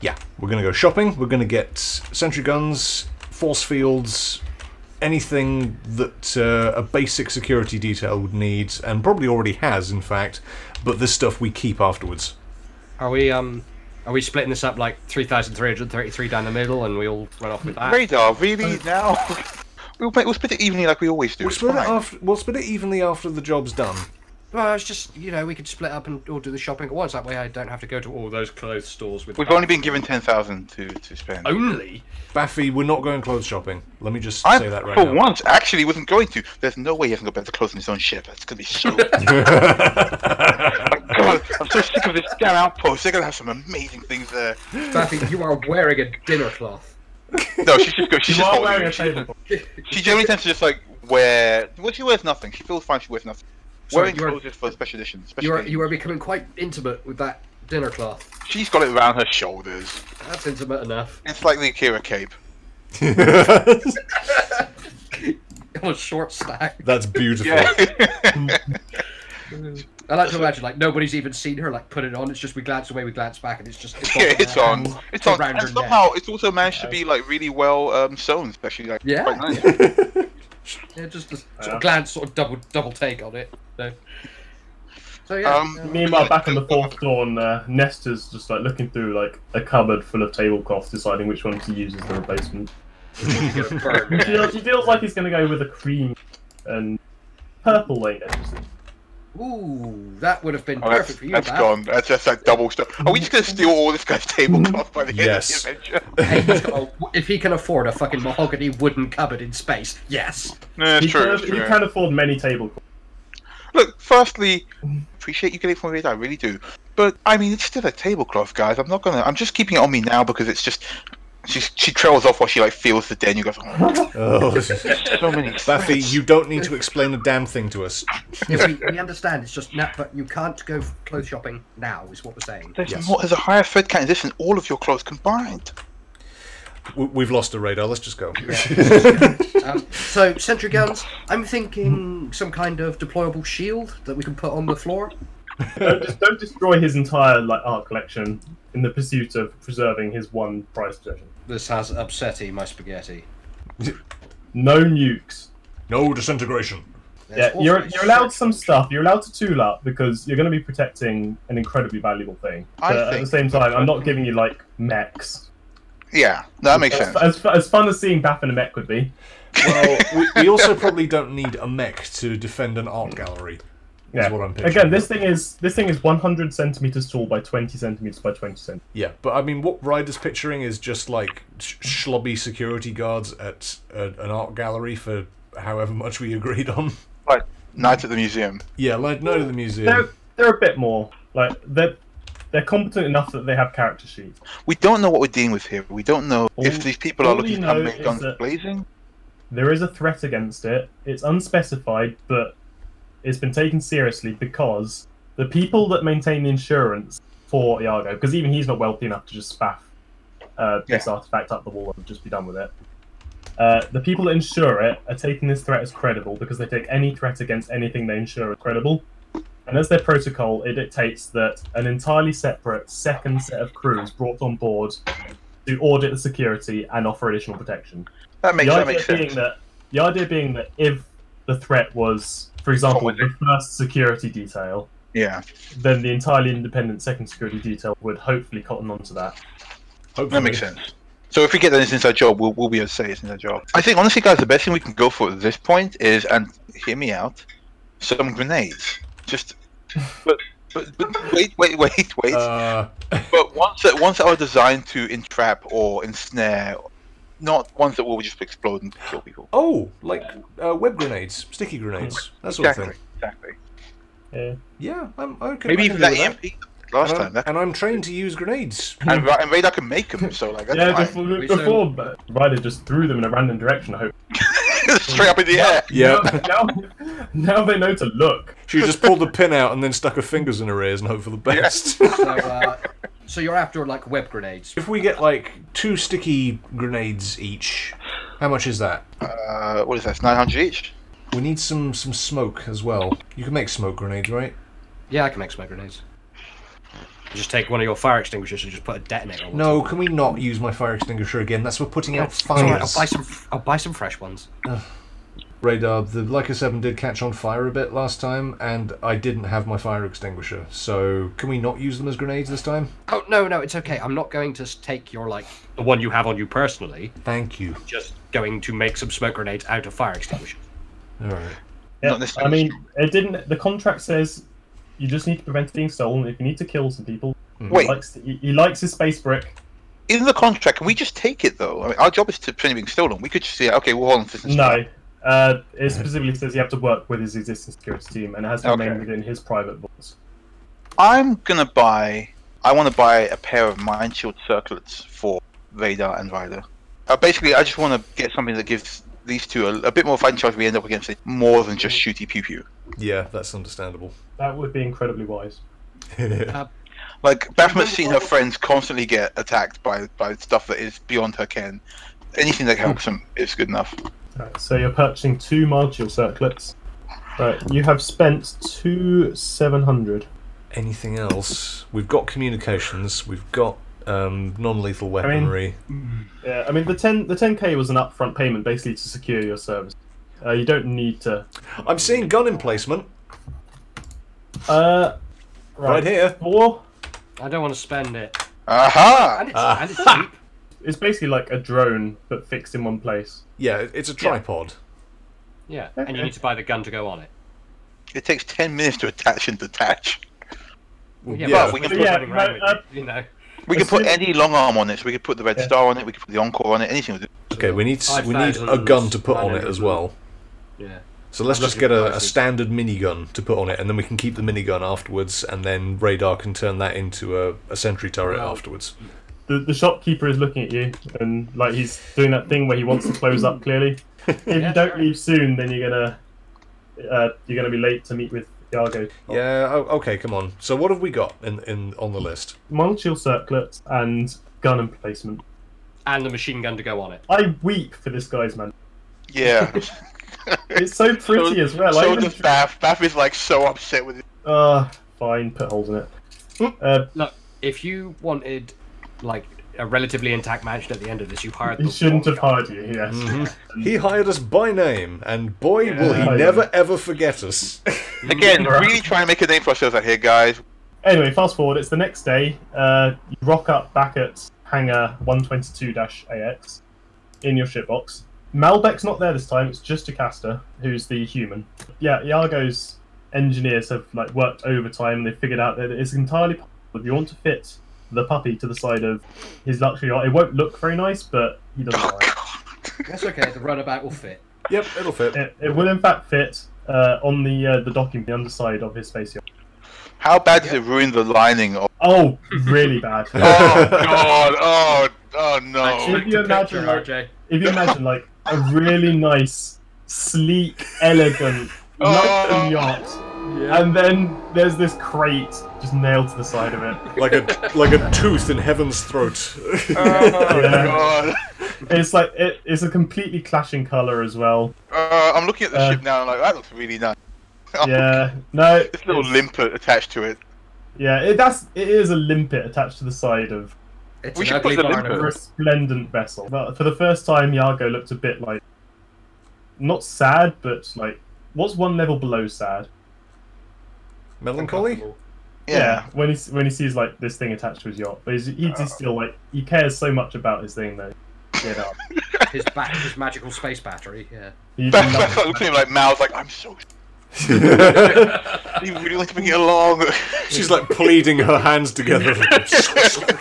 S1: yeah, we're gonna go shopping. We're gonna get sentry guns, force fields, anything that uh, a basic security detail would need, and probably already has, in fact. But this stuff we keep afterwards.
S3: Are we um? Are we splitting this up like 3,333 down the middle and we all run off with that?
S4: Radar, really now? we'll, make- we'll split it evenly like we always do.
S1: We'll
S4: it's
S1: split it
S4: fine.
S1: after. We'll split it evenly after the job's done.
S3: Well, it's just, you know, we could split up and all do the shopping at once. That way I don't have to go to all those clothes stores with.
S4: We've only been given ten thousand to to spend.
S3: Only?
S1: Baffy, we're not going clothes shopping. Let me just
S4: I,
S1: say that right
S4: for
S1: now.
S4: once, actually wasn't going to. There's no way he hasn't got better clothes than his own ship. That's gonna be so. God, I'm so sick of this damn outpost. They're gonna have some amazing things there.
S6: Baffy, you are wearing a dinner cloth.
S4: No, she's just go. She's
S5: You
S4: just
S5: are
S4: holding
S5: wearing a
S4: it. She,
S5: table.
S4: she generally tends to just like wear. Well, she wears nothing. She feels fine. She wears nothing.
S6: Sorry,
S4: wearing
S6: you are-
S4: clothes is for special edition. Special
S6: You are
S4: occasion.
S6: you are becoming quite intimate with that dinner cloth.
S4: She's got it around her shoulders.
S6: That's intimate enough.
S4: It's like the Akira cape.
S6: It was short stack.
S1: That's beautiful.
S6: I like to imagine like nobody's even seen her like put it on. It's just we glance away, we glance back, and it's just it's,
S4: Yeah, it's
S6: her
S4: on.
S6: hands
S4: It's on.
S6: around
S4: And
S6: her neck.
S4: somehow it's also managed to be like really well um, sewn, especially like
S6: Yeah.
S4: quite nice.
S6: Yeah, just a sort
S5: Yeah.
S6: of glance, sort of double double take on it. So, so yeah,
S4: Um,
S6: yeah.
S5: Meanwhile, back on the fourth dawn, uh, Nestor's just like looking through like a cupboard full of tablecloths, deciding which one to use as the replacement.
S6: Burn.
S5: She feels, she feels like he's going to go with a cream and purple lane.
S6: uh, Ooh, that would have been
S4: Oh, that's,
S6: perfect for you,
S4: that's
S6: Baff.
S4: gone. That's just that double stuff. Are we just gonna steal all this guy's tablecloth by the end
S1: Yes.
S4: of the adventure?
S6: Hey, he's got a- if he can afford a fucking mahogany wooden cupboard in space, yes.
S4: No, that's
S5: He,
S4: true.
S5: can,
S4: That's
S5: he
S4: true.
S5: can afford many tablecloths.
S4: Look, firstly, appreciate you getting it from me. I really do. But I mean, it's still a tablecloth, guys. I'm not gonna. I'm just keeping it on me now because it's just. She she trails off while she like feels the den. You goes, oh,
S1: Oh,
S4: so many.
S1: Baffy, you don't need to explain a damn thing to us.
S6: If we, we understand, it's just now, but you can't go f- clothes shopping now, is what we're saying.
S4: There's,
S1: Yes.
S4: more, there's a higher thread count in this than all of your clothes combined.
S1: We- We've lost the radar. Let's just go.
S6: Um, so, sentry guns, I'm thinking some kind of deployable shield that we can put on the floor.
S5: don't, just, don't destroy his entire like art collection in the pursuit of preserving his one prized possession.
S3: This has upsetty my spaghetti.
S5: No nukes.
S1: No disintegration.
S5: Yeah,
S6: There's
S5: you're,
S6: also
S5: you're allowed some stuff. You're allowed to tool up because you're going to be protecting an incredibly valuable thing.
S4: I
S5: But at the
S4: think-
S5: same time, I'm not giving you like mechs.
S4: Yeah, no, that makes
S5: As,
S4: sense.
S5: as, fu- as fun as seeing Baff in a mech would be.
S1: Well, we, we also probably don't need a mech to defend an art gallery.
S5: Yeah.
S1: what I'm picturing.
S5: Again, this thing is this thing is 100 centimeters tall by 20 centimeters by 20 centimeters.
S1: Yeah, but I mean, what Ryder's picturing is just like sh- schlubby security guards at a, an art gallery for however much we agreed on.
S4: Like night at the museum.
S1: Yeah, like no to the museum.
S5: They're they're a bit more like they're they're competent enough that they have character sheets.
S4: We don't know what we're dealing with here. We don't know
S5: All-
S4: if these people are
S5: all we
S4: looking to
S5: know
S4: come
S5: is
S4: guns
S5: that-
S4: blazing.
S5: There is a threat against it. It's unspecified, but it's been taken seriously because the people that maintain the insurance for Iago, because even he's not wealthy enough to just spaff uh, this artifact up the wall and just be done with it. Uh, the people that insure it are taking this threat as credible because they take any threat against anything they insure as credible. And as their protocol, it dictates that an entirely separate second set of crews brought on board to audit the security and offer additional protection
S4: That makes
S5: the
S4: that
S5: idea
S4: makes
S5: being
S4: sense.
S5: that the idea being that if the threat was, for example,
S4: was
S5: the first security detail,
S4: Yeah,
S5: then the entirely independent second security detail would hopefully cotton onto that.
S1: Hopefully.
S4: that makes sense. So if we get that it's inside job, we'll, we'll be able to say it's inside job. I think honestly, guys, the best thing we can go for at this point is and hear me out, some grenades. Just, but but, but wait wait wait wait.
S1: Uh,
S4: but ones that ones that are designed to entrap or ensnare, not ones that will just explode and kill people.
S1: oh, like uh, web grenades, sticky grenades,
S4: Hmm.
S1: that sort of
S4: Exactly,
S1: thing.
S4: exactly.
S5: Yeah.
S1: Yeah, I'm, I could,
S4: Maybe
S1: I
S4: even
S1: can Uh,
S4: that
S1: deal with
S4: EMP last
S1: and,
S4: time.
S1: I'm,
S4: That,
S1: and I'm trained to use grenades.
S4: and, Ra- and Radar can make them, so like that's
S5: yeah,
S4: fine.
S5: before,
S6: We
S5: before Ryder just threw them in a random direction. I hope.
S4: Straight up in the air.
S1: Yeah,
S5: Now, now they know to look.
S1: she just pulled the pin out and then stuck her fingers in her ears and hoped for the best.
S6: So, uh, so you're after like web grenades.
S1: if we get like two sticky grenades each, how much is that?
S4: Uh, what is that? Nine hundred each.
S1: We need some some smoke as well. You can make smoke grenades, right?
S3: Yeah, I can make smoke grenades. You just take one of your fire extinguishers and just put a detonator on
S1: No, can we not use my fire extinguisher again? That's for putting out
S3: It's all right, I'll
S1: fires.
S3: buy some. I'll buy some fresh ones.
S1: radar. The Leica 7 did catch on fire a bit last time, and I didn't have my fire extinguisher. So, can we not use them as grenades this time?
S3: Oh no, no, it's okay. I'm not going to s- take your like the one you have on you personally.
S1: Thank you.
S3: Just going to make some smoke grenades out of fire extinguishers.
S1: All right.
S5: Yeah,
S4: Not
S5: I
S4: necessarily-
S5: mean, it didn't. The contract says you just need to prevent it being stolen. If you need to kill some people, he
S4: Wait,
S5: likes, he, he likes his space brick.
S4: in the contract, can we just take it though? I mean, our job is to prevent it being stolen. We could just say, okay, we'll hold on to this. and
S5: No, uh, it specifically says you have to work with his existing security team, and it has to
S4: Okay.
S5: remain within his private walls.
S4: I'm gonna buy. I want to buy a pair of mine shield circlets for Radar and Ryder. Uh, basically, I just want to get something that gives these two a, a bit more fighting chance. We end up against it more than just shooty pew pew.
S1: Yeah, that's understandable.
S5: That would be incredibly wise.
S4: Like Baphomet's seen her friends constantly get attacked by by stuff that is beyond her ken. Anything that helps them is good enough.
S5: Right, so you're purchasing two module circlets. Right, you have spent two seven hundred.
S1: Anything else? We've got communications. We've got um, non-lethal
S5: mean-
S1: weaponry.
S5: Yeah, I mean the ten the ten k was an upfront payment basically to secure your service. Uh, you don't need to.
S1: I'm seeing gun emplacement
S5: Uh,
S1: right here.
S5: Four.
S3: I don't want to spend it,
S4: Aha!
S3: and it's, and it's cheap.
S5: It's basically like a drone but fixed in one place.
S1: Yeah, it- it's a tripod.
S3: Yeah, and you need to buy the gun to go on it.
S4: It takes ten minutes to attach and detach.
S1: Well,
S3: Yeah,
S4: but
S3: we can
S4: we can
S3: put
S4: put-
S3: running around
S5: yeah,
S3: with it, you know.
S4: We could put
S5: Assume-
S4: any long arm on it. So we could put the red star on it. We could put the encore on it. Anything. With it.
S1: Okay, we need we need a gun to put on it as well.
S3: Yeah.
S1: So let's
S3: I'm
S1: just
S3: looking
S1: get
S3: at
S1: a, a
S3: prices.
S1: standard minigun to put on it, and then we can keep the minigun afterwards, and then radar can turn that into a, a sentry turret
S3: Well-
S1: afterwards.
S5: The, the shopkeeper is looking at you and like he's doing that thing where he wants to close up clearly. If you don't leave soon, then you're gonna uh, you're gonna be late to meet with Iago.
S1: Yeah. Oh, okay. Come on. So what have we got in, in on the list?
S5: Montiel circlet and gun emplacement.
S3: And the machine gun to go on it.
S5: I weep for this guy's man.
S4: Yeah.
S5: It's so pretty as well. I
S4: so
S5: even-
S4: does Baff. Baff is like so upset with it.
S5: Ah, fine. Put holes in it. Uh,
S3: Look, if you wanted like a relatively intact mansion at the end of this, you hired.
S5: he
S3: the
S5: shouldn't
S3: wrong
S5: have
S3: guy.
S5: hired you. Yes.
S1: Mm-hmm. He hired us by name, and boy, will he
S5: Yeah.
S1: never ever forget us.
S4: Again, really trying to make a name for ourselves out here, guys.
S5: Anyway, fast forward. It's the next day. Uh, you rock up back at hangar 122-AX in your shipbox. Malbec's not there this time. It's just Jocasta, who's the human. Yeah, Iago's engineers have like worked overtime. and They figured out that it's entirely possible if you want to fit the puppy to the side of his luxury yacht. It won't look very nice, but he doesn't
S4: Oh
S5: mind.
S4: god.
S6: That's okay. The runabout will fit.
S1: yep, it'll fit.
S5: It, it will in fact fit uh, on the uh, the docking, the underside of his space yacht.
S4: How bad did it ruin the lining of
S5: Oh, really bad.
S4: Oh god, oh oh no.
S5: Actually- you imagine, like-
S6: RJ?
S5: if you imagine like a really nice, sleek, elegant,
S4: Oh.
S5: luxury yacht, and then there's this crate just nailed to the side of it.
S1: Like a like a tooth in heaven's throat.
S4: Oh
S5: Yeah.
S4: god.
S5: It's like it, it's a completely clashing color as well.
S4: Uh, I'm looking at the
S5: Uh,
S4: ship now and like that looks really nice. Oh,
S5: Yeah, no,
S4: This little
S5: it's-
S4: limpet attached to it.
S5: Yeah, it, that's it is a limpet attached to the side of
S6: It's
S4: We
S6: an
S4: should put
S6: ugly
S4: the
S5: a
S4: limbo.
S6: barnacle.
S5: resplendent vessel. But for the first time, Yago looked a bit like not sad, but like what's one level below sad?
S1: Melancholy.
S5: Yeah, when he s- when he sees like this thing attached to his yacht, but he's, he's just still like he cares so much about his thing that he gave up.
S6: His bat, his magical space battery. Yeah.
S5: He
S4: Baff
S5: loves
S4: like, looks at him like mouths like I'm so you really want to bring it along.
S1: She's like pleading her hands together.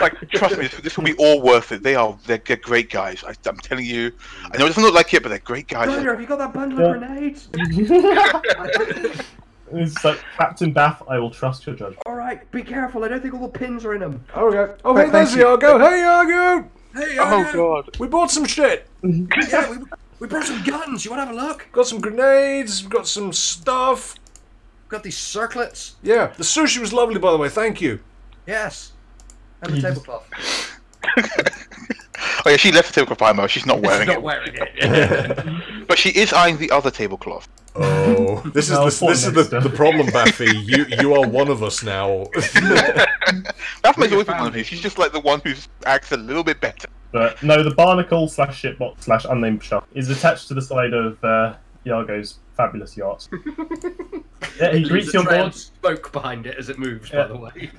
S4: like trust me, this, this will be all worth it. They are they're, they're great guys. I, I'm telling you. I know it doesn't look like it, but they're great guys.
S6: Ryder,
S3: Oh
S6: have you got that bundle
S5: Yeah.
S6: of grenades?
S5: it. it's just like Captain Baff, I will trust your judgment.
S6: All right, be careful. I don't think all the pins are in them.
S1: okay. Oh, hey, there's Iago. Hey, Iago.
S6: Hey,
S4: Oh god.
S1: We bought some shit.
S6: yeah, we, we brought some guns. You want to have a look?
S1: Got some grenades. Got some stuff.
S6: Got these circlets.
S1: Yeah, the sushi was lovely, by the way. Thank you.
S6: Yes. And the
S5: You
S6: tablecloth.
S4: Oh yeah, she left the tablecloth behind her. She's not wearing
S6: Not
S4: it.
S6: wearing it.
S4: But she is eyeing the other tablecloth.
S1: Oh, this
S5: No,
S1: is the,
S5: poor
S1: this is the,
S5: Nesta.
S1: the problem, Baffy. You you are one of us now.
S4: Baphomet's always been one of you. She's just like the one who acts a little bit better.
S5: But no, the barnacle slash shipbox slash unnamed shop is attached to the side of uh, Iago's fabulous yacht. yeah, he
S6: It leaves
S5: greets
S6: a
S5: you on
S6: trail of
S5: board.
S6: smoke behind it as it moves.
S5: Yeah.
S6: By the way,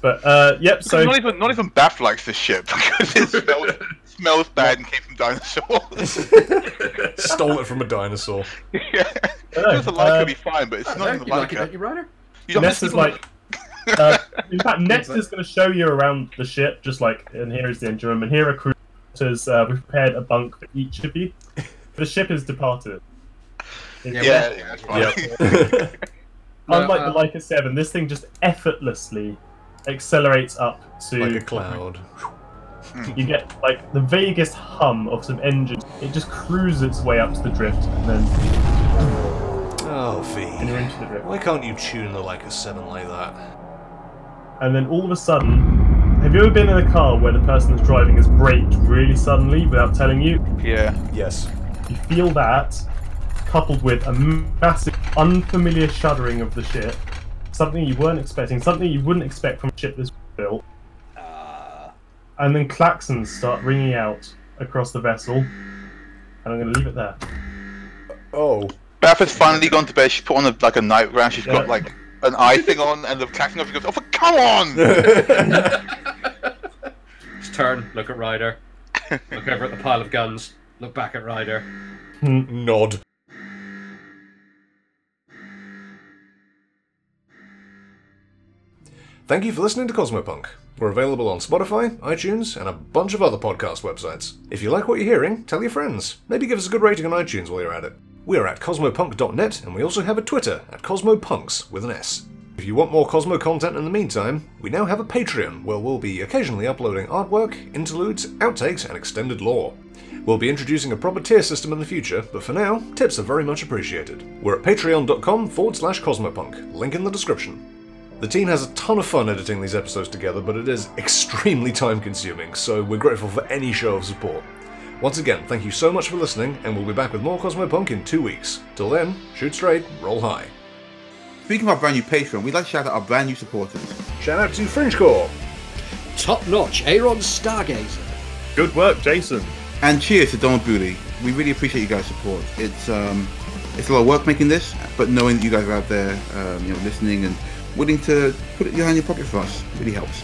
S5: But uh, yep, so
S4: not even not even Bath likes this ship because it smells, smells bad and came from dinosaurs.
S1: Stole it from a dinosaur.
S4: yeah.
S5: I don't
S4: Just a
S5: know,
S4: Leica
S5: um,
S4: would be fine, but it's not
S6: you
S4: even a
S6: like it,
S4: Leica.
S6: don't you, Ryder?
S4: You don't
S5: Ness
S4: miss
S5: is
S4: people-
S5: like. Uh, in fact, Ness is going to show you around the ship, just like, and here is the engine room, and here are crew quarters. Uh, we've prepared a bunk for each of you. The ship is departed.
S6: Yeah,
S4: yeah, yeah, that's fine.
S5: Unlike
S6: No,
S5: the
S4: Uh,
S5: Leica 7, this thing just effortlessly accelerates up to.
S1: like a cloud.
S5: You get, like, the vaguest hum of some engines. It just cruises its way up to the drift, and then
S1: Oh,
S5: and you're
S1: Fee.
S5: into the drift.
S1: Why can't you tune the like a 7 like that?
S5: and then all of a sudden, have you ever been in a car where the person that's driving has braked really suddenly without telling you?
S4: yeah.
S1: Yes.
S5: You feel that, coupled with a massive, unfamiliar shuddering of the ship, something you weren't expecting, something you wouldn't expect from a ship this built. And then klaxons start ringing out across the vessel, and I'm going to leave it there.
S1: Oh.
S4: Beth has finally gone to bed. She's put on a, like a night gown. She's got
S5: Yeah.
S4: like an eye thing on, and the clacking off. She goes, "Oh, for, come on!"
S6: Just turn, look at Ryder, look over at the pile of guns, look back at Ryder.
S1: Nod. Thank you for listening to Cosmopunk. We're available on Spotify, iTunes, and a bunch of other podcast websites. If you like what you're hearing, tell your friends. Maybe give us a good rating on iTunes while you're at it. We are at cosmopunk.net, and we also have a Twitter at cosmopunks with an S. If you want more Cosmo content in the meantime, we now have a Patreon where we'll be occasionally uploading artwork, interludes, outtakes, and extended lore. We'll be introducing a proper tier system in the future, but for now, tips are very much appreciated. We're at patreon.com forward slash cosmopunk, link in the description. The team has a ton of fun editing these episodes together, but it is extremely time consuming, so we're grateful for any show of support. Once again, thank you so much for listening, and we'll be back with more Cosmopunk in two weeks. Till then, shoot straight, roll high.
S9: Speaking of our brand new Patreon, we'd like to shout out our brand new supporters.
S1: Shout out to Fringe Core!
S3: Top notch, Aaron Stargazer.
S2: Good work, Jason.
S9: And cheers to Donald Booley. We really appreciate you guys' support. It's um, it's a lot of work making this, but knowing that you guys are out there, um, you know, listening and willing to put it behind your pocket for us really helps.